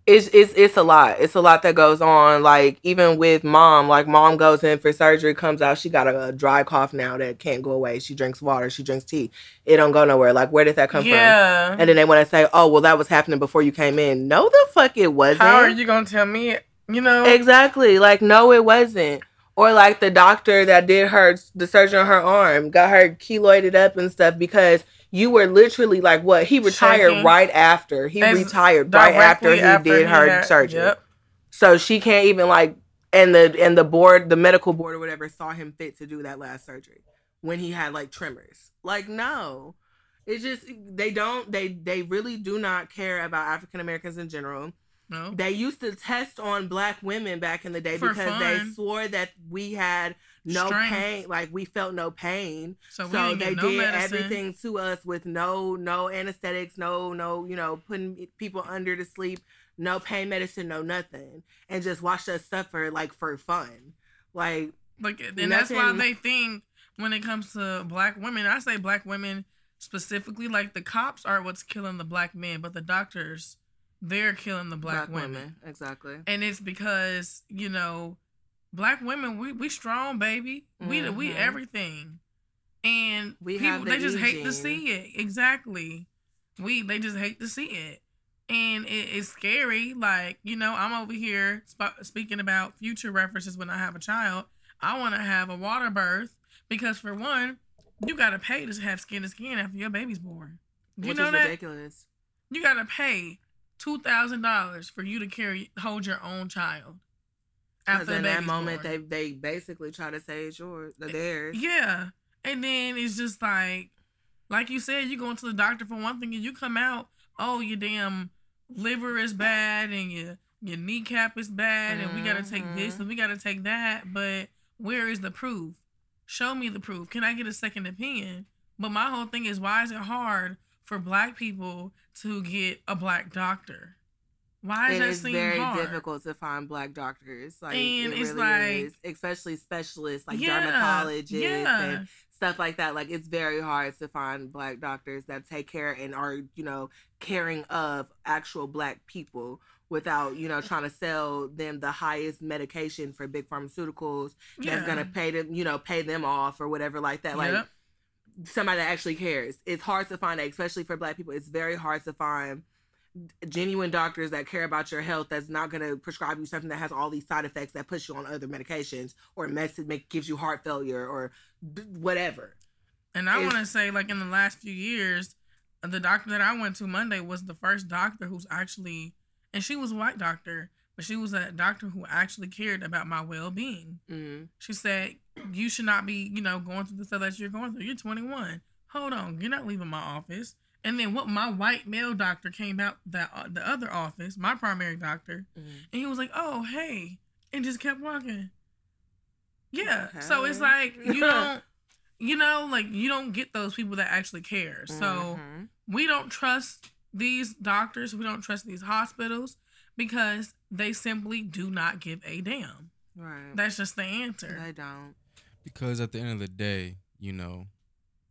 it's it's it's a lot. It's a lot that goes on. Like even with mom, like mom goes in for surgery, comes out, she got a, a dry cough now that can't go away. She drinks water, she drinks tea. It don't go nowhere. Like where did that come from?
yeah.
And then they want to say, "Oh, well, that was happening before you came in." No, the fuck, it wasn't.
How are you gonna tell me? You know,
Exactly. Like, no, it wasn't. Or like the doctor that did her the surgery on her arm got her keloided up and stuff because you were literally like what he retired
Shaking.
right after he
Ex-
retired right after
directly
he did
he
her
had-
surgery.
Yep.
So she can't even like and the and the board the medical board or whatever saw him fit to do that last surgery when he had like tremors. Like no. It's just they don't they they really do not care about African Americans in general
No.
they used to test on black women back in the day
For
because they
fun.
swore that we had no
Strength.
pain, like we felt no pain.
So we
so
didn't
they
get no
did
medicine.
everything to us with no no anesthetics, no no you know putting people under to sleep, no pain medicine, no nothing, and just watched us suffer like for fun. Like
Like, and that's why
Nothing-
they think when it comes to black women, I say black women specifically, like the cops are what's killing the black men, but the doctors, they're killing the black, women.
exactly.
And it's because, you know, black women, we, we strong, baby. We, we
Mhm.
everything. And
We
people,
have the
they just
E
hate to
gene.
see it. Exactly. We, they just hate to see it. And it, it's scary. Like, you know, I'm over here sp- speaking about future references when I have a child. I want to have a water birth because, for one, you got to pay to have skin to skin after your baby's born. You
Which
know
is
that?
ridiculous.
You got to pay $2,000 for you to carry, hold your own child.
Because
After
in
the
that
baby's
moment,
born.
they they basically try to say it's yours, theirs.
Yeah. And then it's just like, like you said, you going to the doctor for one thing and you come out, oh, your damn liver is bad and your your kneecap is bad and we gotta take this
Mhm.
and we gotta take that. But where is the proof? Show me the proof. Can I get a second opinion? But my whole thing is why is it hard for black people to get a black doctor? Why does
it
that
is
seem
very
hard?
difficult to find black doctors. Like
And
it
it's
really
like-
is, especially specialists like
Yeah,
dermatologists
yeah.
and stuff like that. Like it's very hard to find black doctors that take care and are you know caring of actual black people without you know trying to sell them the highest medication for big pharmaceuticals
Yeah.
that's gonna pay them you know pay them off or whatever like that. Like
Yep.
somebody that actually cares. It's hard to find that, especially for black people. It's very hard to find genuine doctors that care about your health that's not going to prescribe you something that has all these side effects that puts you on other medications or mess make gives you heart failure or d- whatever.
And I
It's-
want to say, like in the last few years, the doctor that I went to Monday was the first doctor who's actually, and she was a white doctor, but she was a doctor who actually cared about my well being.
Mm.
She said, "You should not be, you know, going through the stuff that you're going through. You're 21. Hold on, you're not leaving my office." And then what? My white male doctor came out that uh, the other office, my primary doctor, and he was like, "Oh, hey," and just kept walking. Yeah. So it's like
Okay.
you don't, you know, like you don't get those people that actually care. So
Mhm.
we don't trust these doctors. We don't trust these hospitals because they simply do not give a damn.
right,
That's just the answer.
Mm. they don't.
Because at the end of the day, you know,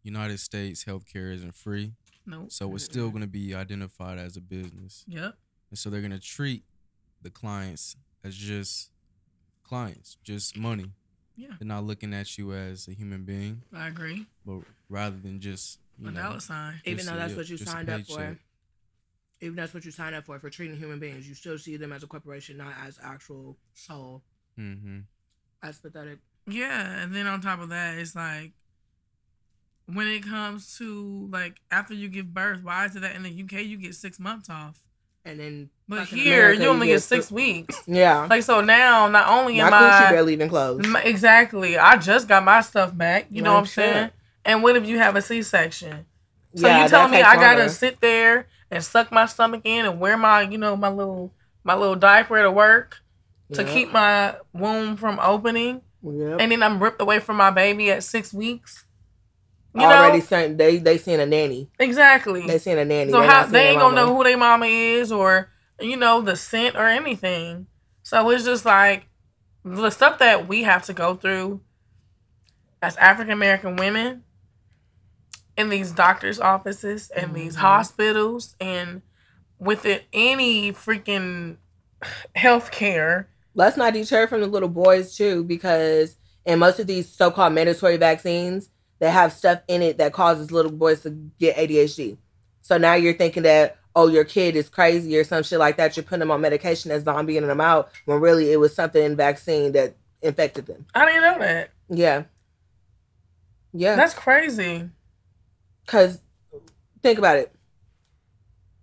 United States healthcare isn't free,
Nope.
so it's still going to be identified as a business,
Yep.
and so they're going to treat the clients as just clients, just money.
Yeah.
They're not looking at you as a human being,
I agree.
but rather than just you
A
know,
dollar sign.
Even
Just
though
a-
that's
yeah,
what you
just a
signed up for.
paycheck.
Even that's what you signed up for for treating human beings. You still see them as a corporation, not as actual soul.
hmm
That's pathetic.
Yeah, and then on top of that, it's like when it comes to like after you give birth, why is it that in the UK you get six months off?
And then,
But
fucking
here
America,
you only get six
th-
weeks.
Yeah,
Like so now, not only
my
am
coochie
I
barely even closed.
my- exactly, I just got my stuff back. You know what I'm
Like, shit.
saying? And what if you have a C-section? So
Yeah,
you telling
that
me
takes
I gotta
longer.
sit there and suck my stomach in and wear my you know my little my little diaper to work to
Yep.
keep my womb from opening?
Yep.
and then I'm ripped away from my baby at six weeks. You
already
know
sent they they seen a nanny.
exactly.
They seen a nanny.
so
They
how
not
they
seeing
ain't
their
gonna know
mama.
who their mama is or you know the scent or anything. So it's just like the stuff that we have to go through as African American women in these doctors' offices and these
Mhm.
hospitals and within any freaking healthcare.
Let's not deter from the little boys too, because in most of these so-called mandatory vaccines, they have stuff in it that causes little boys to get ADHD. So now you're thinking that oh your kid is crazy or some shit like that. You're putting them on medication that's zombieing them out when really it was something in vaccine that infected them.
I didn't know that.
Yeah, yeah.
That's crazy.
Because think about it.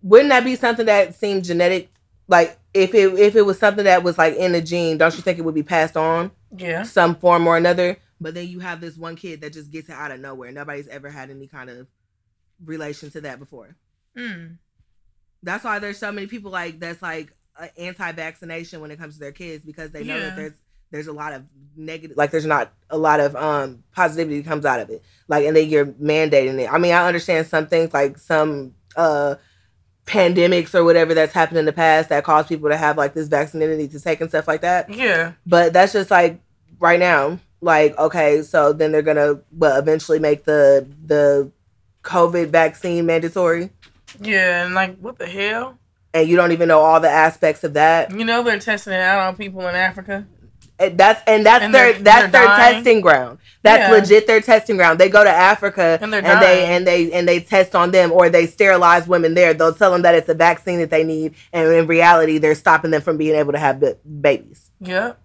Wouldn't that be something that seemed genetic? Like if it if it was something that was like in the gene, don't you think it would be passed on
Yeah.
some form or another? But then you have this one kid that just gets it out of nowhere. Nobody's ever had any kind of relation to that before.
Mm.
That's why there's so many people like that's like uh, anti-vaccination when it comes to their kids because they know
Yeah.
that there's there's a lot of negative like there's not a lot of um positivity that comes out of it like and then you're mandating it. I mean, I understand some things like some uh pandemics or whatever that's happened in the past that caused people to have like this vaccinity to take and stuff like that.
Yeah.
But that's just like right now, like okay, so then they're gonna well eventually make the the COVID vaccine mandatory,
Yeah. And like, what the hell?
and you don't even know all the aspects of that.
You know they're testing it out on people in Africa.
And that's and that's
And
their
they're-
that's
they're
their
dying.
testing ground. That's
Yeah.
legit their testing ground. They go to Africa
And they're
they
dying.
and they and they test on them or they sterilize women there. They'll tell them that it's a vaccine that they need, and in reality, they're stopping them from being able to have ba- babies.
Yep.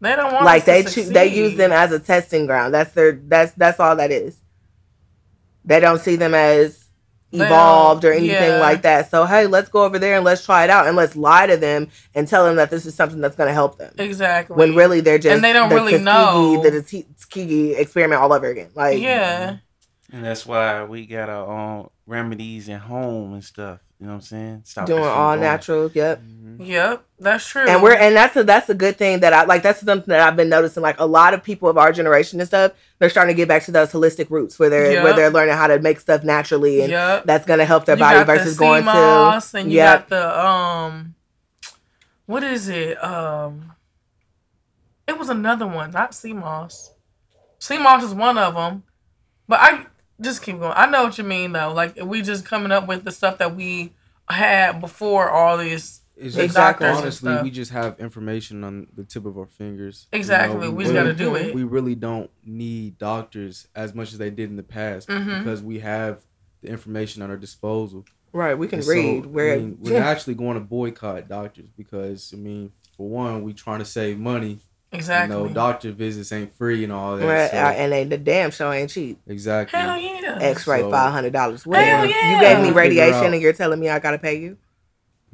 They don't want
like
us
they
to
choo- they
succeed.
use them as a testing ground. That's their that's that's all that is. They don't see them as
They
evolved or
don't-
anything
yeah.
like that. So hey, let's go over there and let's try it out and let's lie to them and tell them that this is something that's going to help them.
exactly
When really they're just
they don't
the
really
Tuskegee-
know.
the Tuske- Tuskegee experiment all over again. Like
yeah
And that's why we got our own remedies at home and stuff. You know what I'm saying? Stop
doing
us from
all
going-
natural. Yep.
Mhm.
yep that's true
and we're and that's a that's a good thing that I like that's something that I've been noticing like a lot of people of our generation and stuff they're starting to get back to those holistic roots where they're where
Yep.
they're learning how to make stuff naturally and
yep
that's gonna help their
You
body
got the
versus going to
CMOS and you got
Yep.
the um what is it um it was another one not CMOS CMOS is one of them but I just keep going I know what you mean though like we just coming up with the stuff that we had before all this
It's
They
just
doctors and
honestly,
stuff.
we just have information on the tip of our fingers. You know,
exactly we
really-
just gotta do it
we really don't need doctors as much as they did in the past
Mhm.
because we have the information at our disposal.
right we can
And so,
read
I
we're
mean, we're actually going to boycott doctors because I mean, for one, we trying to save money.
exactly
You know, doctor visits ain't free and all that.
we're-
so-
uh, and they, the damn show ain't cheap
exactly.
hell yeah
x-ray
So-
$500 what
Uh, Hell
you
yeah.
gave me
Figure
radiation
out-
and you're telling me i gotta pay you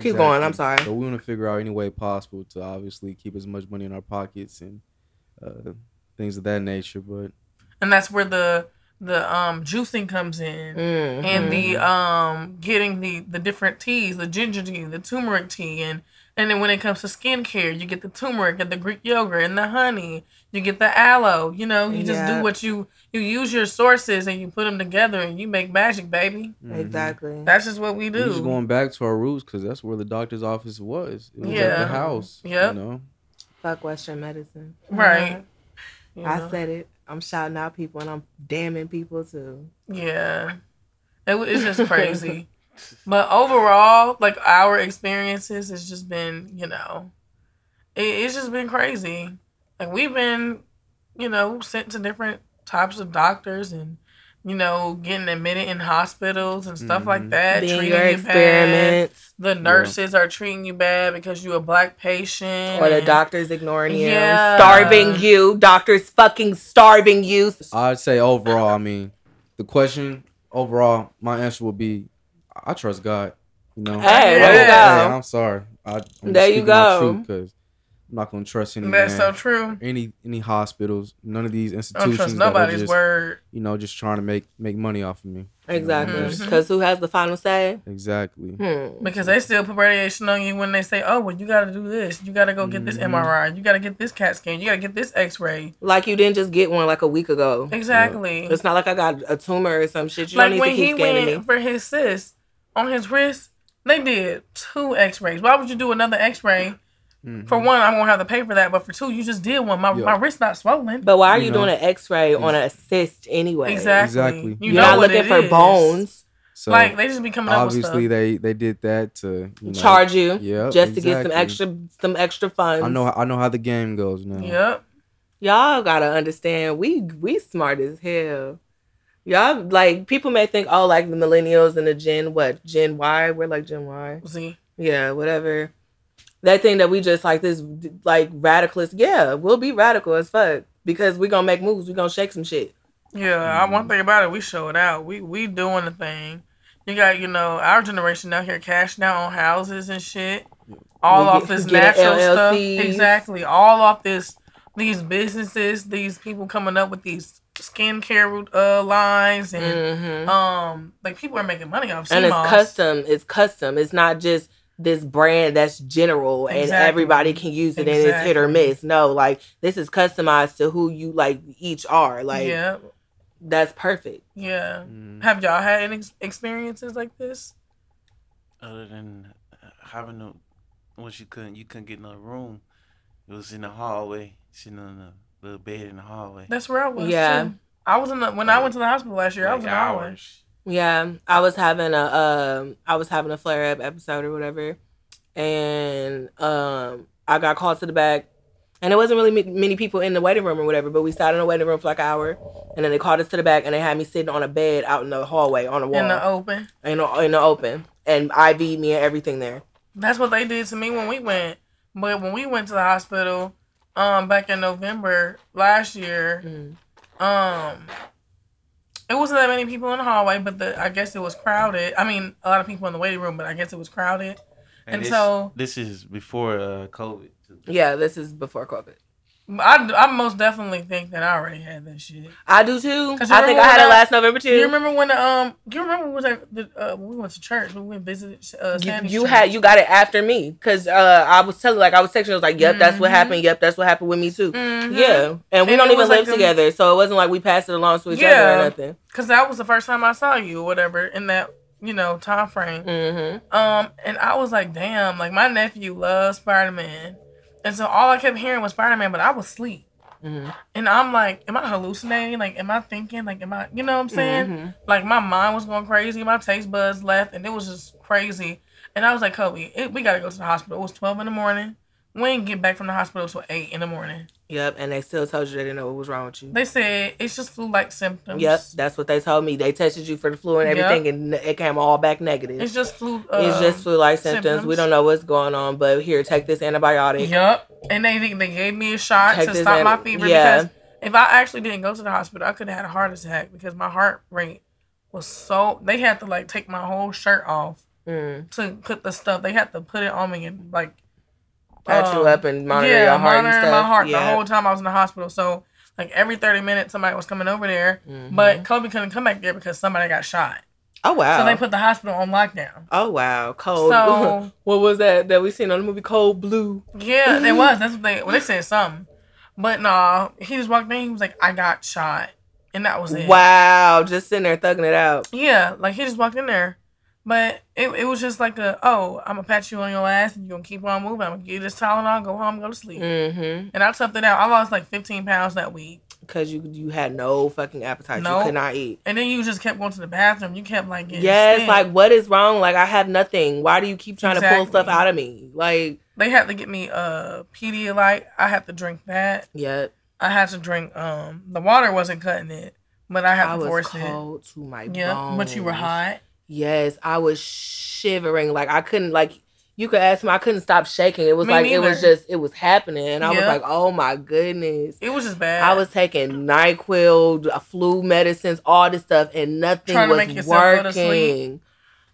Keep going, I'm sorry.
So we want to figure out any way possible to obviously keep as much money in our pockets and uh, things of that nature. But
and that's where the the um juicing comes in
Mhm.
and the um getting the the different teas the ginger tea the turmeric tea and and then when it comes to skincare you get the turmeric and the greek yogurt and the honey you get the aloe you know you just
Yeah.
do what you you use your sources and you put them together and you make magic baby
mhm.
exactly
that's just what we
We're
do
just going back to our roots because that's where the doctor's office was. It was at
Yeah.
the house.
Yep.
You know?
fuck western medicine
Right. you
i
know?
said it i'm shouting out people and i'm damning people too
Yeah. It, wa- it's just crazy. but overall, like our experiences has just been, you know, it, it's just been crazy. Like we've been, you know, sent to different types of doctors and, you know, getting admitted in hospitals and stuff like
Mhm.
that.
being
treating
your
you bad.
experiments
The nurses are treating you bad because you a black patient.
or the
and-
doctors ignoring you
Yeah.
starving you doctors fucking starving you
I'd say overall, I mean, the question overall, my answer would be I I trust God. You know?
Hey,
there you
go.
I'm sorry. I, I'm just
There you
speaking my
go.
truth 'cause I'm not going to trust any
That's
man,
so true.
any any hospitals, none of these
I don't
institutions.
trust
that are
nobody's
just,
word.
you know, just trying to make make money off of me.
exactly
Mhm.
because who has the final say
Exactly.
hmm.
Because they still put radiation on you when they say, "Oh, well, you got to do this. You got to go get this
Mm-hmm.
Mhm.
MRI. You got to get this CAT scan. You got to get this X-ray."
Like you didn't just get one like a week ago.
Exactly.
It's not like I got a tumor or some shit. You
Like
don't need
when
to
he
keep scanning
went
me.
for his cyst on his wrist, they did two X-rays. Why would you do another
Mhm.
X-ray? Mm-hmm.
Mm-hmm.
For one, I'm gonna have to pay for that, but for two, you just did one. My
Yeah.
my wrist not swollen.
But why are you,
you
Mm.
know.
doing an X-ray on a cyst anyway?
exactly.
Exactly.
You
You're
know
not
what
looking
it
for
is.
bones.
So
like they just be coming up with
obviously
stuff.
they they did that to you know,
Charge you
Yep,
just to get
exactly.
some extra some extra funds.
I know I know how the game goes now.
Yep.
y'all gotta understand we we smart as hell y'all like people may think oh like the millennials and the gen what gen y we're like gen y
See,
yeah whatever that thing that we just like this like radicalist yeah we'll be radical as fuck because we gonna make moves we gonna shake some shit
yeah. I,
Mm-hmm.
one thing about it, we showed out. We we doing the thing. You got you know our generation out here cashing out on houses and shit. All
We
off
get-
this
get our
natural stuff.
LLCs.
Exactly. All off this these businesses. These people coming up with these skincare uh, lines and.
mm-hmm.
Um, like people are making money off
and it's
CMOS.
custom it's custom it's not just this brand that's general and
Exactly.
everybody can use it and it's hit or
Exactly.
miss no like this is customized to who you like each are like Mm-hmm.
yeah,
that's perfect
yeah.
Mm.
Have y'all had any ex- experiences like this?
Other than uh, having no, once you couldn't, you couldn't get in the room. It was in the hallway, sitting on the little bed in the hallway.
That's where I was.
Yeah.
too. I was in the when I went to the hospital last year. I was in
Like
the hallway.
Yeah, I was having a um I was having a flare up episode or whatever, and um I got called to the back, and it wasn't really ma- many people in the waiting room or whatever, but we sat in the waiting room for like an hour, and then they called us to the back, and they had me sitting on a bed out in the hallway on a wall
in
in
the
the,
open.
in the, open, and IV me and everything there.
That's what they did to me when we went. But when we went to the hospital, um, back in November last year, um, it wasn't that many people in the hallway, but the I guess it was crowded. I mean, a lot of people in the waiting room, but I guess it was crowded.
And,
And
this,
so-
this is before uh, COVID. too.
Yeah, this is before COVID.
I, I most definitely think that I already had that shit.
I do too.
Cause you
I think
remember
I had
when
it
I-
last November too.
Do you remember when um? Do you remember when I, the, uh, when we went to church when we went visited uh,
you,
Sandy's
you
church?
had you got it after me because uh, I was telling like I was texting I was like yep that's what
Mhm.
happened yep that's what happened with me too
Mhm.
yeah and we
And
don't
it
even
was like
live
them-
together so it wasn't like we passed it along to each
Yeah.
other or nothing
Cause that was the first time I saw you or whatever in that you know time frame.
mm-hmm.
Um, and I was like, damn, like my nephew loves Spider Man, and so all I kept hearing was Spider Man, but I was asleep.
Mhm.
And I'm like, am I hallucinating? Like, am I thinking? Like, am I, you know what I'm saying?
Mm-hmm.
Like, my mind was going crazy. My taste buds left, and it was just crazy. And I was like, Kobe, it, we got to go to the hospital. It was 12 in the morning. We didn't get back from the hospital till 8 in the morning.
yep and they still told you they didn't know what was wrong with you
They said it's just flu like symptoms.
yep that's what they told me they tested you for the flu and
Yep.
everything and it came all back negative
It's
it's,
just flu. Uh,
just flu like symptoms. we
symptoms.
don't know what's going on but here take this antibiotic
Yep. And they think they gave me a shot
Take
to
this
stop my
and-
fever
yeah.
because if I actually didn't go to the hospital, I could have had a heart attack because my heart rate was so. They had to like take my whole shirt off
mm.
to put the stuff. They had to put it on me and like
patch you
um,
up and monitor
yeah,
your heart and
monitoring
stuff
my heart
Yep.
the whole time I was in the hospital. So like every thirty minutes, somebody was coming over there,
Mhm.
but Kobe couldn't come back there because somebody got shot.
oh wow
So they put the hospital on lockdown.
oh wow cold
So
what was that that we seen on the movie Cold Blue?
Yeah, it was. That's what they well, they said something. But nah, he just walked in, he was like, I got shot. And that was it.
Wow, just sitting there thugging it out.
Yeah, like he just walked in there. But it, it was just like a oh, I'm gonna pat you on your ass and you're gonna keep on moving. I'm gonna give you this Tylenol, go home, go to sleep.
Mm-hmm.
And I toughed it out. I lost like fifteen pounds that week.
Cause you you had no fucking appetite. You
Nope.
could not eat.
And then you just kept going to the bathroom. You kept like getting
yes,
sick.
like what is wrong? Like I have nothing. Why do you keep trying to pull
Exactly.
stuff out of me? Like,
they had to get me uh Pedialyte. I had to drink that.
yep.
I had to drink um the water wasn't cutting it, but I had
I
to
was
force
cold to my
it. Yeah,
bones.
but you were hot.
Yes, I was shivering. Like I couldn't like you could ask me. I couldn't stop shaking. It was
Me
like it was
neither.
just it was happening, and I was
Yeah.
like, oh my goodness.
It was just bad.
I was taking NyQuil, uh, flu medicines, all this stuff, and nothing
Trying to
was
make yourself go to sleep.
working.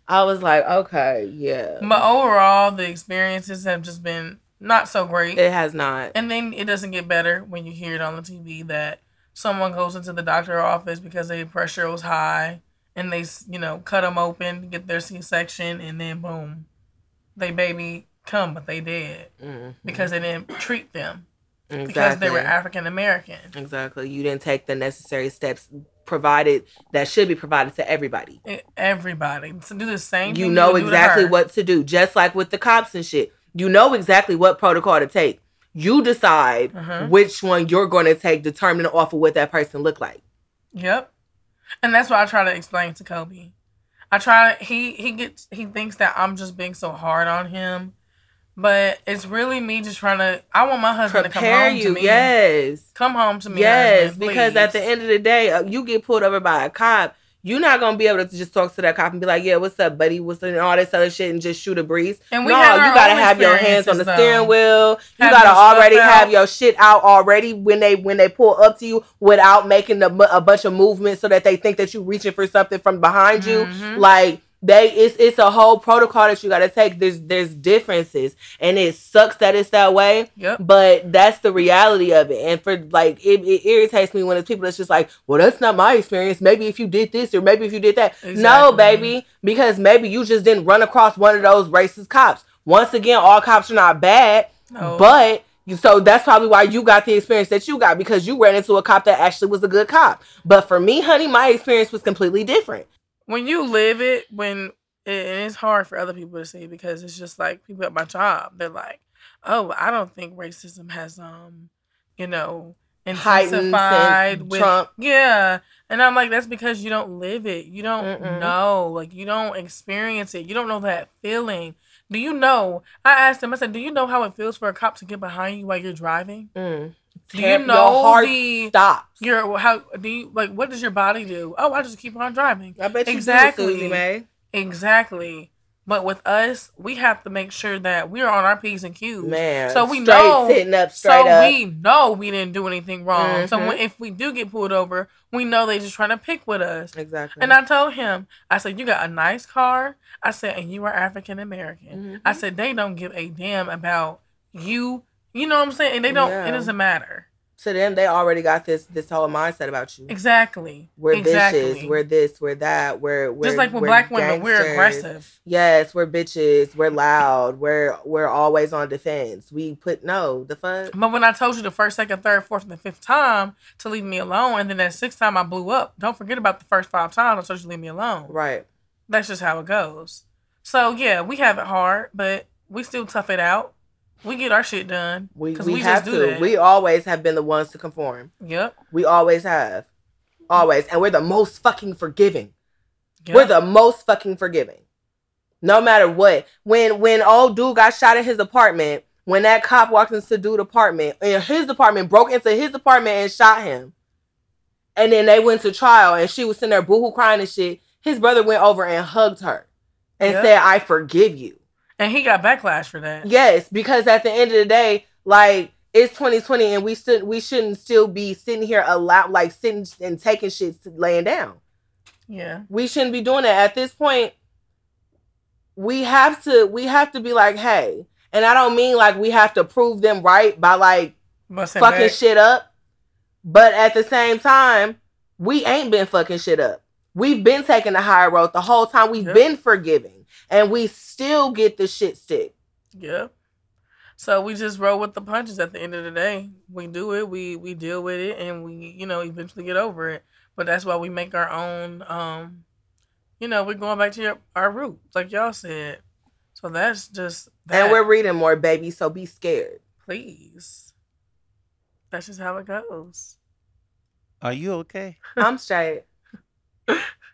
I was like, okay, yeah,
But overall, the experiences have just been not so great.
it has not.
and then it doesn't get better when you hear it on the TV that someone goes into the doctor's office because their pressure was high and they, s- you know, cut them open, get their C section, and then boom, they baby come, but they did
Mm,
because they didn't treat them
exactly.
because they were African American.
exactly. You didn't take the necessary steps provided that should be provided to everybody.
E, Everybody to do the same.
You
thing
know
would do to
exactly
her.
what to do, just like with the cops and shit. You know exactly what protocol to take. You decide
Uh-huh.
which one you're going to take, determining off of what that person looked like.
Yep. And that's what I try to explain to Kobe. I try. He he gets he thinks that I'm just being so hard on him, but it's really me just trying to. I want my husband to come
Prepare
home to
you.
me.
Yes.
Come home to me.
Yes,
husband,
because at the
please.
end of the day, uh, you get pulled over by a cop. You're not gonna be able to just talk to that cop and be like, "Yeah, what's up, buddy? What's up?" and all this other shit and just shoot a breeze.
and
no,
had
you
our
gotta
own
have your hands on the
experiences, though.
steering wheel. You
Have
gotta
your stuff
already
out.
have your shit out already when they when they pull up to you without making a, bu- a bunch of movements so that they think that you're reaching for something from behind you.
Mhm.
Like they, it's it's a whole protocol that you gotta take. There's there's differences, and it sucks that it's that way.
Yep.
But that's the reality of it. And for like, it, it irritates me when it's people that's just like, well, that's not my experience. Maybe if you did this or maybe if you did that. No,
Exactly.
baby, because maybe you just didn't run across one of those racist cops. Once again, all cops are not bad,
No.
but you- so that's probably why you got the experience that you got because you ran into a cop that actually was a good cop. But for me, honey, my experience was completely different.
when you live it, when it, and it's hard for other people to see because it's just like people at my job, they're like, "Oh, I don't think racism has um, you know,
Heightened since
intensified with
Trump.
yeah." And I'm like, "That's because you don't live it. You don't
Mm-mm.
know. Like you don't experience it. You don't know that feeling." Do you know? I asked him. I said, "Do you know how it feels for a cop to get behind you while you're driving?
Mm.
Do
Ter-
you know
your heart
the
stops?
your how do you like? What does your body do? Oh, I just keep on driving.
I bet you
Exactly.
do, Susie Mae.
Exactly. But with us, we have to make sure that we are on our P's and Q's.
Man,
So we
straight
know-
sitting up
so
straight up.
we know we didn't do anything wrong. So
Mhm.
when, if we do get pulled over, we know they just trying to pick with us.
exactly.
And I told him, I said, you got a nice car. I said, and you are African American.
Mhm.
I said, they don't give a damn about you. You know what I'm saying? And they don't,
Yeah.
it doesn't matter.
to them, they already got this this whole mindset about you.
Exactly.
We're
exactly.
bitches. We're this. We're that. We're, we're
Just like with
we're
black women, we're
gangsters.
aggressive.
Yes, we're bitches. We're loud. We're we're always on defense. We put no the fuck.
But when I told you the first, second, third, fourth, and the fifth time to leave me alone, and then that sixth time I blew up, don't forget about the first five times I told you to leave me alone.
Right.
That's just how it goes. So yeah, we have it hard, but we still tough it out. We get our shit done.
We we,
'Cause we
have
just
to.
do that.
We always have been the ones to conform.
Yep.
We always have. Always. And we're the most fucking forgiving.
yep.
We're the most fucking forgiving. No matter what. When when old dude got shot at his apartment, when that cop walked into dude's apartment, in his apartment, broke into his apartment and shot him. And then they went to trial and she was sitting there boohoo crying and shit. His brother went over and hugged her and
Yeah.
said, I forgive you.
and he got backlash for that.
Yes, because at the end of the day, like it's 2020 and we should we shouldn't still be sitting here allowed like sitting and taking shit laying down
Yeah.
we shouldn't be doing that at this point we have to we have to be like hey and i don't mean like we have to prove them right by like
Must have
fucking
back-
shit up but at the same time we ain't been fucking shit up we've been taking the high road the whole time we've
Yep.
been forgiving and we still get the shit stick
Yep. So we just roll with the punches at the end of the day. We do it, we we deal with it and we, you know, eventually get over it. But that's why we make our own um you know, we're going back to your, our roots, like y'all said. So that's just that
and we're reading more baby so be scared
please. That's just how it goes.
Are you okay?
i'm straight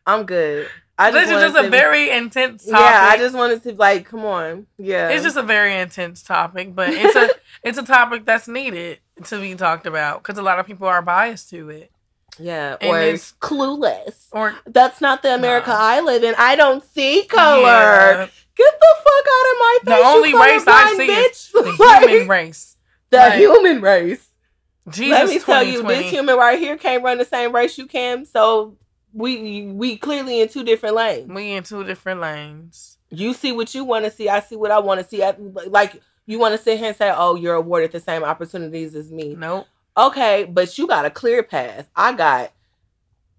i'm good i
this
just,
is
wanted
just a
to-
very intense topic.
yeah i just wanted to like come on yeah
it's just a very intense topic, but it's a it's a topic that's needed to be talked about because a lot of people are biased to it.
Yeah,
And
or
it's-
clueless.
Or
That's not the America
Nah.
I live in. I don't see color.
Yeah.
Get the fuck out of my
The
face. you
only race I
colorblind
see is
bitch.
the
Like,
human race.
the
Like,
human race.
Jesus
Let me tell you,
2020.
this human right here can't run the same race you can. So we we clearly in two different lanes.
We in two different lanes.
You see what you want to see. I see what I want to see. I, like you want to sit here and say, "Oh, you're awarded the same opportunities as me."
Nope.
okay, but you got a clear path. I got,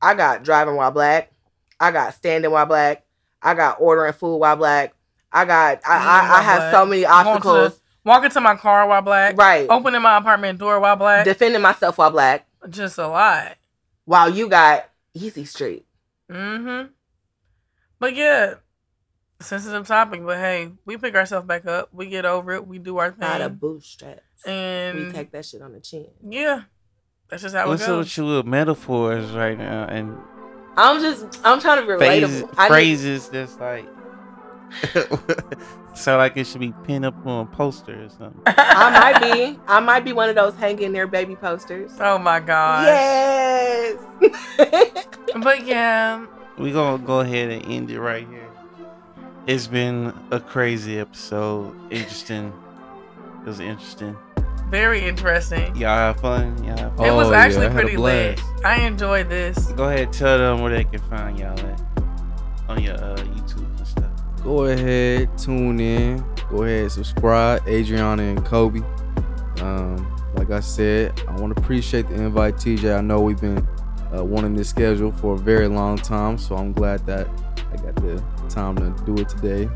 I got driving while black. I got standing while black. I got ordering food while black. I got, I,
Eating while
I, I have so
black.
many
Going to Oh,
obstacles.
Walking to my car while black.
Right.
Opening my apartment door while black.
Defending myself while black.
Just a lot.
While you got easy street.
Mm-hmm. But yeah, sensitive topic. But hey, we pick ourselves back up. We get over it. We do our
Not a
thing.
bootstrap.
And
We take that shit on the chin.
yeah, that's just how
What's
it
up
goes.
with you with metaphors right now and
I'm just I'm trying to be
Phrases,
relatable. I need-
phrases that's like so like it should be pinned up on a poster or something.
I
I might be I might be one of those hanging there baby posters.
Oh my gosh.
Yes.
But yeah,
We gonna go ahead and end it right here. It's been a crazy episode. Interesting. It was interesting.
very interesting.
Y'all have fun. Y'all have fun.
it was
Oh, yeah,
actually
I had a
pretty lit.
blast.
I enjoyed this.
Go ahead, tell them where they can find y'all at on your uh, YouTube and stuff.
Go ahead, tune in. Go ahead, subscribe. Adriana and Kobe. Um, like I said, I want to appreciate the invite, TJ. I know we've been uh, wanting this schedule for a very long time, so I'm glad that I got the time to do it today.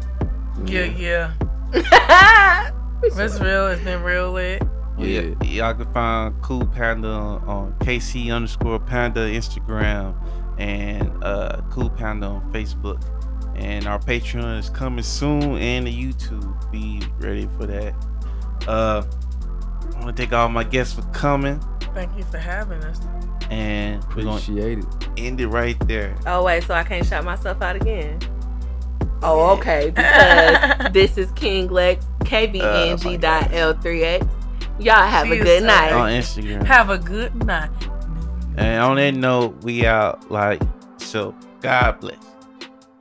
Yeah, yeah. It's real. It's been real lit.
Yeah.
Yeah.
y'all can find Cool Panda on, on KC underscore Panda Instagram and uh, Cool Panda on Facebook. And our Patreon is coming soon and the YouTube. Be ready for that. Uh, I want to thank all my guests for coming.
Thank you for having us.
And we're going to
Appreciate it.
end it right there.
Oh wait, so I can't shout myself out again. Oh, okay. Because this is King Lex KBNG dot L3X. Y'all have a
She is
good
so
night.
On Instagram.
Have a good night.
And on that note, we out. Like, so God bless.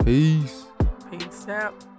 Peace.
Peace out.